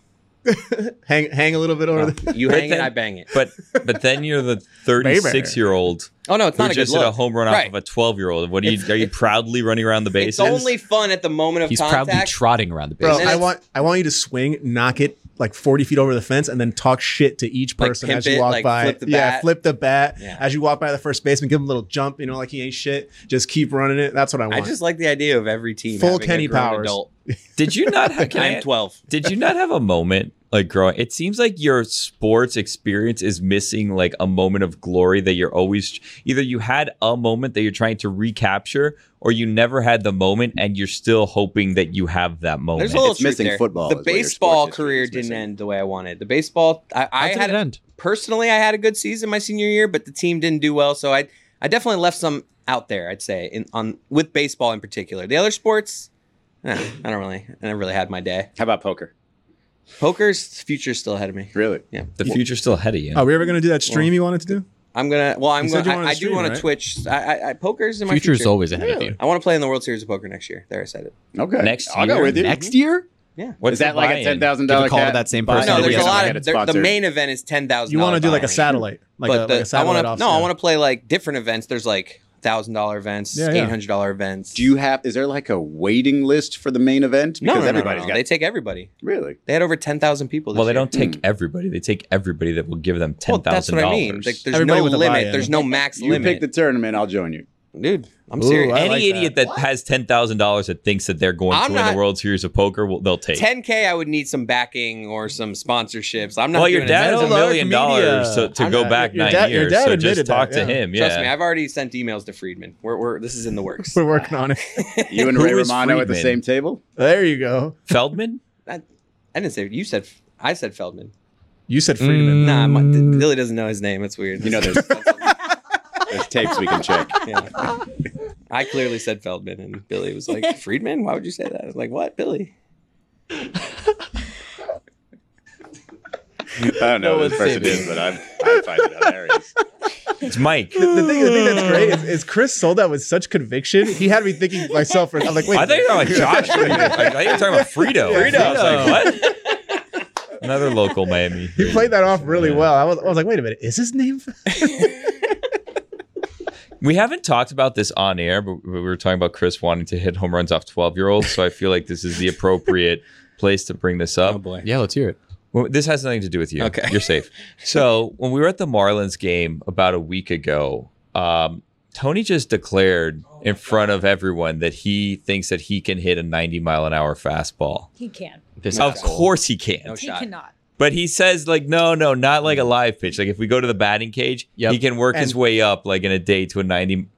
Hang, hang a little bit Oh. over the. You But hang then- it, I bang it. But but then you're the 36 year old Oh no, it's who not a good just look. hit a home run Right. off of a 12 year old. What are you? Are you proudly running around the bases? It's only fun at the moment of He's contact. proudly trotting around the Bro, base. And I it's- want I want you to swing, knock it like 40 feet over the fence, and then talk shit to each Like, person pimp as you it, walk like, by. flip the yeah, bat. flip the bat. Yeah. As you walk by the first baseman, give him a little jump, you know, like he ain't shit. Just keep running it. That's what I I want. just like the idea of every team Full having a Kenny grown Powers. Adult. Did you not? Have, can I- I'm 12. Did you not have a moment like growing? It seems like your sports experience is missing like a moment of glory that you're always either you had a moment that you're trying to recapture or you never had the moment and you're still hoping that you have that moment. There's a little It's truth missing there. football The is what your sports baseball history career is didn't missing. end the way I wanted. The baseball, I, I How did had it end? personally, I had a good season my senior year, but the team didn't do well. So I, I definitely left some out there. I'd say in on with baseball in particular. The other sports, eh, I don't really, I never really had my day. How about poker? Poker's future's still ahead of me. Really? Yeah. The future's still ahead of you. Are Oh, we ever going to do that stream you wanted to do? I'm gonna. Well, I'm You said gonna. you wanted to I, I do stream, want right? to Twitch. I, I, I poker's in my Future's future. always ahead of you. I want to play in the World Series of Poker next year. There, I said it. Okay. Next I'll go year? with you. Next year? Yeah. What's Is that the like a buy-in? ten thousand Give dollar a call to that same person. No, No, Personally, there's we a have lot to of there, the main event is ten thousand. You want to do like a satellite, like, a, but the, like a satellite I want to offset. no, I want to play like different events. There's like thousand dollar events, Yeah, yeah. eight hundred dollar events. Do you have? Is there like a waiting list for the main event? No, no, no, no, no. everybody's They take everybody. got really. They had over ten thousand people. This Well, they year. don't take everybody. They take everybody that will give them ten Well, that's thousand what I mean. dollars. Like, there's Everybody no with a limit. buy-in. There's no max You limit. pick the tournament, I'll join you. Dude, I'm Ooh, serious. I Any like idiot that, has ten thousand dollars that thinks that they're going I'm to win not- the World Series of Poker, will they'll take. 10k, I would need some backing or some sponsorships. I'm not. well, doing your dad it. has a Metal million Arc Media. dollars to, to I'm go not- back your nine dad- your years. dad So admitted just talk that, to yeah. him. Yeah. Trust me, I've already sent emails to Friedman. We're, we're this is in the works. We're working on it. You and Who Ray is Romano at the Friedman? same table. There you go. Feldman. I, I didn't say you said. I said Feldman. You said Friedman. Nah, my, Lily doesn't know his name. It's weird. You know, there's, there's tapes we can check. Yeah. I clearly said Feldman, and Billy was like, Friedman? Why would you say that? I was like, what, Billy? I don't know who this person saving. is, but I'm, I find it hilarious. It's Mike. The thing, the thing that's great is, is Chris sold that with such conviction. He had me thinking myself. For, I'm like, wait, I thought you were talking about Josh. Friedman. Like, I thought you were talking about Frito. Frito. I was like, what? Another local Miami. he played that off really well. I was, I was like, wait a minute, is his name? We haven't talked about this on air, but we were talking about Chris wanting to hit home runs off 12 year olds. So I feel like this is the appropriate place to bring this up. boy. Yeah, let's hear it. Well, this has nothing to do with you. Okay. You're safe. So when we were at the Marlins game about a week ago, um, Tony just declared in front of everyone that he thinks that he can hit a 90 mile an hour fastball. He can. This Of asshole. course he can. No He shot. cannot. But he says like no, no, not like a live pitch. Like if we go to the batting cage, Yep. he can work his And- way up like in a day to a 90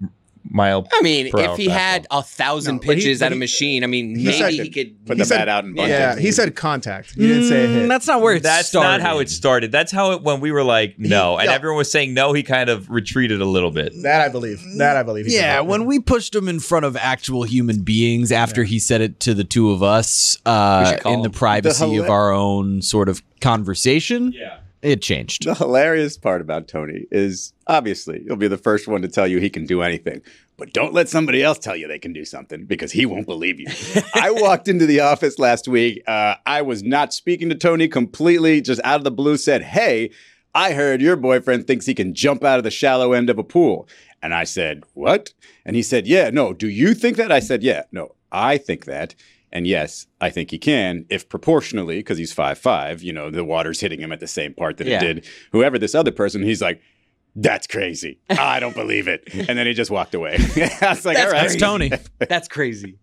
mile. I mean, per hour if he fastball. had a thousand No, but he- pitches but at a he- machine, I mean, he maybe said- he could. Put He the said- bat out and bunt Yeah, it. he said contact. You didn't say a hit. Mm, That's not where it's That's not how it started. That's how it when we were like no, and yeah. everyone was saying no. He kind of retreated a little bit. that I believe. That I believe. he said Yeah, that. when we pushed him in front of actual human beings after he said it to the two of us uh, should call in the him. privacy The hell- of our own sort of conversation, Yeah. it changed. The hilarious part about Tony is obviously he'll be the first one to tell you he can do anything, but don't let somebody else tell you they can do something because he won't believe you. I walked into the office last week. Uh, I was not speaking to Tony completely, just out of the blue said, Hey, I heard your boyfriend thinks he can jump out of the shallow end of a pool. And I said, What? And he said, Yeah, no, do you think that? I said, Yeah, no, I think that. And yes, I think he can, if proportionally, because he's five five, you know, the water's hitting him at the same part that Yeah. it did whoever this other person, he's like, that's crazy. I don't believe it. And then he just walked away. I was like, all right. That's Tony. That's crazy.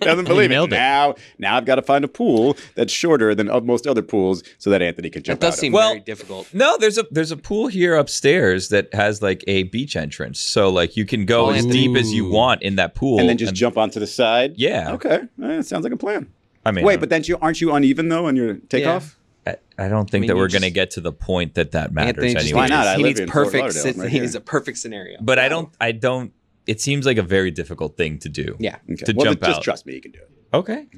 Doesn't believe it. nailed it. Now, now I've got to find a pool that's shorter than most other pools so that Anthony can That jump does out seem Well- very difficult. No, there's a there's a pool here upstairs that has like a beach entrance, so like you can go Oh, as Anthony. deep as you want in that pool, of. And then just jump onto the side. Yeah. Okay. Eh, sounds like a plan. I mean, Wait, but then you aren't you uneven though on your takeoff? I, I don't think mean, that you we're just- gonna get to the point that that matters Anthony just anyway. Why not? I He live needs in Fort perfect. Lauderdale, sit- right he here. needs a perfect scenario. But I don't. I don't. It seems like a very difficult thing to do. Yeah. Okay. To well, jump just out. trust me, you can do it. Okay.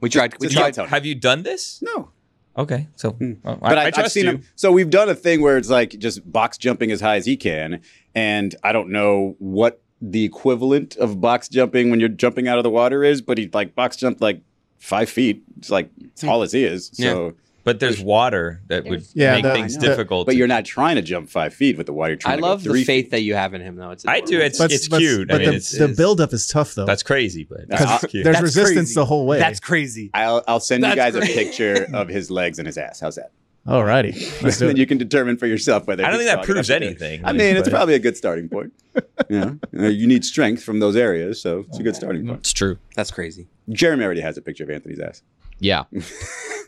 we tried. We just tried. don't tell Have you done this? No. Okay. So well, Hmm. But I, I I've trust seen you. him. So we've done a thing where it's like just box jumping as high as he can, and I don't know what the equivalent of box jumping when you're jumping out of the water is, but he like box jumped like five feet, it's like tall as he is. So, But there's water that would Yeah, make the- things I know. difficult. but to- you're not trying to jump five feet with the water. You're I trying to go love the three faith that you have in him, though. It's I do. adorable. It's But- it's but- cute. But I mean, the, it's, the it's- buildup is tough though. That's crazy, but That's- it's cute. There's That's resistance crazy. the whole way. That's crazy. I'll, I'll send you That's guys a great. picture of his legs and his ass. How's that? Alrighty, let's do then you it. can determine for yourself whether. I don't he's think that strong enough proves to do it. anything, I mean, it's but- probably a good starting point. yeah, Uh, you need strength from those areas, so it's a good starting point. It's true. That's crazy. Jeremy already has a picture of Anthony's ass. Yeah.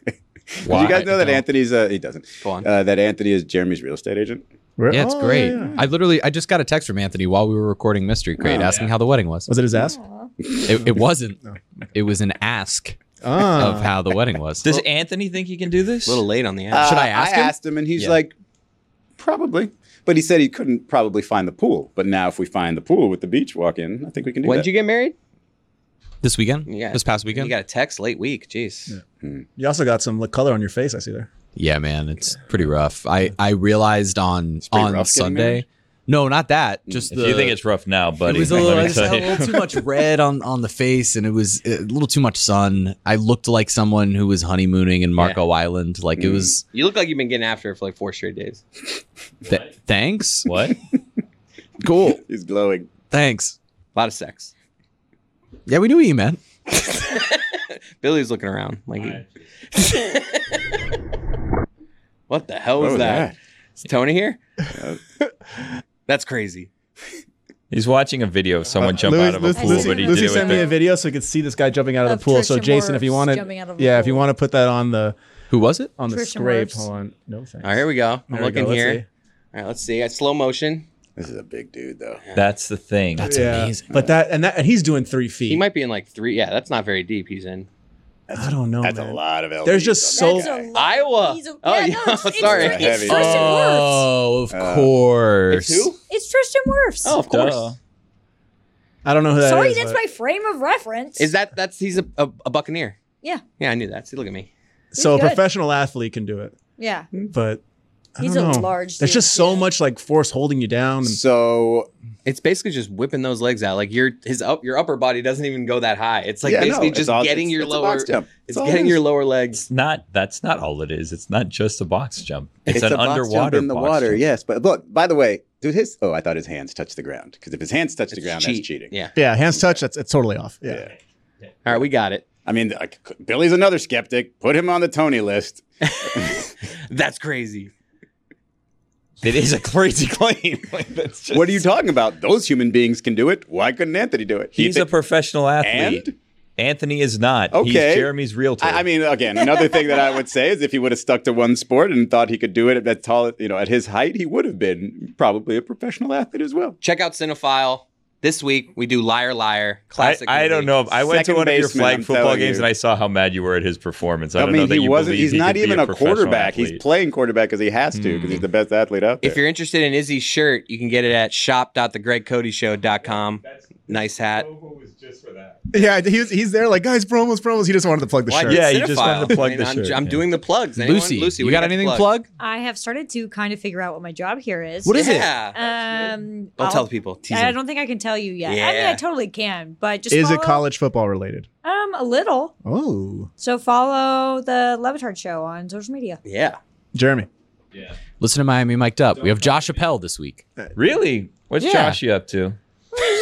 Did you guys know that Anthony's uh, he doesn't Go on. uh, that Anthony is Jeremy's real estate agent? We're- Yeah, it's oh, great. yeah. I literally I just got a text from Anthony while we were recording Mystery Crate asking how the wedding was. Was it his ass? It, it wasn't. It was an ask Ah. of how the wedding was. Does Anthony think he can do this? A little late on the Uh, end. Should I ask I him? asked him, and he's Yeah. like, probably. But he said he couldn't probably find the pool. But now, if we find the pool with the beach walk in, I think we can do When'd that. you get married? This weekend? Yeah. This past You weekend? got a text late week. Jeez. You also got some like, color on your face. I see there. Yeah, man, it's pretty rough. I I realized on pretty on rough getting Sunday. married? No, not that. Just If the, you think it's rough now, buddy. it was a let little, me I just tell had a you. little too much red on on the face, and it was a little too much sun. I looked like someone who was honeymooning in Marco Island. Like it was. You look like you've been getting after it for like four straight days. Th- thanks, What? cool, He's glowing. thanks. A lot of sex. Yeah, we knew E, what you meant. Billy was looking around like. He... what the hell was What was that? that? Is Tony here? That's crazy. He's watching a video of someone jump Uh, Louis- out of a Lucy- pool, Lucy, but he Lucy did it sent with me a the, video so we could see this guy jumping out of, Of the pool. so Trisha Jason, if you Morris want to, jumping out of a yeah, if pool. you want to put that on the Who was it? on the Trisha scrape, Morris. hold on. No thanks. All right, here we go. I'm There we looking go. Let's here. see. All right, let's see. I slow motion. This is a big dude, though. That's the thing. That's yeah, amazing. but that and that and he's doing three feet. He might be in like three. Yeah, that's not very deep. He's in I don't know. That's man. a lot of LBs. There's just on that so- guy. lot. Iowa. He's a- oh, yeah, yeah. no, it's- it's sorry. like- Heavy. Tristan Wirfs. Oh, of course. It's who? It's Tristan Wirfs. Oh, of course. Duh. I don't know who that is. Sorry, that's but- my frame of reference. Is that that's he's a, a, a Buccaneer? Yeah. Yeah, I knew that. See, look at me. so a good. professional athlete can do it, Yeah. but I He's don't a know. large There's dude, just so yeah. much like force holding you down. And, So It's basically just whipping those legs out. Like your his up your upper body doesn't even go that high. It's like Yeah, no, basically it's just all- getting it's- your it's a lower. box jump. It's That's all it getting is. your lower legs. It's not. That's not all it is. It's not just a box jump. It's, an a box jump underwater in the box water. jump. Yes, but look. By the way, dude, his oh, I thought his hands touched the ground because if his hands touch the It's ground, cheat. that's cheating. Yeah. yeah, hands touch. That's it's totally off. Yeah. Yeah. All right, we got it. I mean, like, Billy's another skeptic. Put him on the Tony list. That's crazy. It is a Crazy claim. Like, that's just- what are you talking about? Those human beings can do it. Why couldn't Anthony do it? He He's thi- a professional athlete. And? Anthony is not. He's Okay. Jeremy's realtor. I, I mean, again, another thing that I would say is if he would have stuck to one sport and thought he could do it at that tall, you know, at his height, he would have been probably a professional athlete as well. Check out Cinephile. This week we do Liar Liar. I, Classic. I movie. don't know. I went to Second one of your baseman, flag I'm football telling games you. and I saw how mad you were at his performance. I, I, don't know mean, that he you wasn't. believe He's he not could be even a, professional quarterback. athlete. Hmm. He's playing quarterback because he has to because he's the best athlete out there. If you're interested in Izzy's shirt, you can get it at shop.thegregcodyshow.com. Nice hat. Yeah, he's he's there like guys promos promos. He just wanted to plug the Why- shirt. Yeah, you just wanted to plug I the am shirt, I'm yeah. doing the plugs. Anyone? Lucy, Lucy, you what got, do anything to to plug? I have started to kind of figure out what my job here is. What is it? Yeah. Um, Don't I'll- tell the people. Tease I them. don't think I can tell you yet. I mean, Yeah. I totally can, but just Is it follow- college football related? Um, a little. Oh, So follow the Levitard show on social media. Yeah. Jeremy. Listen to Miami mic'd up. We have Josh Appel this week. Really? What's Yeah. Joshy up to?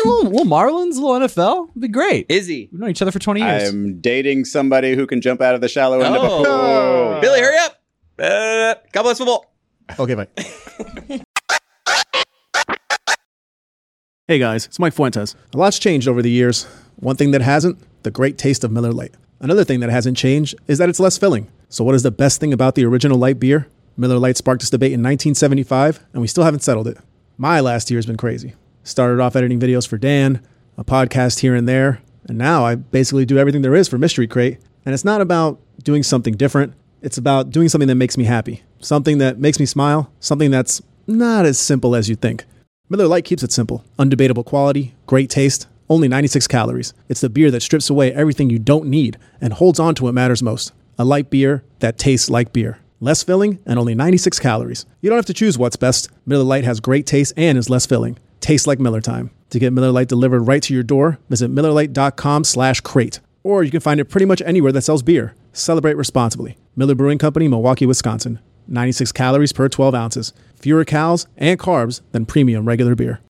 little, little Marlins, little NFL. It'd be great. Izzy. We've known each other for 20 years. I'm dating somebody who can jump out of the shallow end of a pool. Oh. Billy, hurry up. Uh, God bless football. Okay, bye. hey guys, it's Mike Fuentes. A lot's changed over the years. One thing that hasn't, the great taste of Miller Lite. Another thing that hasn't changed is that it's less filling. So what is the best thing about the original light beer? Miller Lite sparked this debate in 1975, and we still haven't settled it. My last year has been crazy. Started off editing videos for Dan, a podcast here and there, and now I basically do everything there is for Mystery Crate. And it's not about doing something different, it's about doing something that makes me happy, something that makes me smile, something that's not as simple as you think. Miller Lite keeps it simple, undebatable quality, great taste, only 96 calories. It's the beer that strips away everything you don't need and holds on to what matters most a light beer that tastes like beer. Less filling and only 96 calories. You don't have to choose what's best. Miller Lite has great taste and is less filling. Tastes like Miller time. To get Miller Lite delivered right to your door, visit MillerLite.com slash crate. Or you can find it pretty much anywhere that sells beer. Celebrate responsibly. Miller Brewing Company, Milwaukee, Wisconsin. 96 calories per 12 ounces. Fewer calories and carbs than premium regular beer.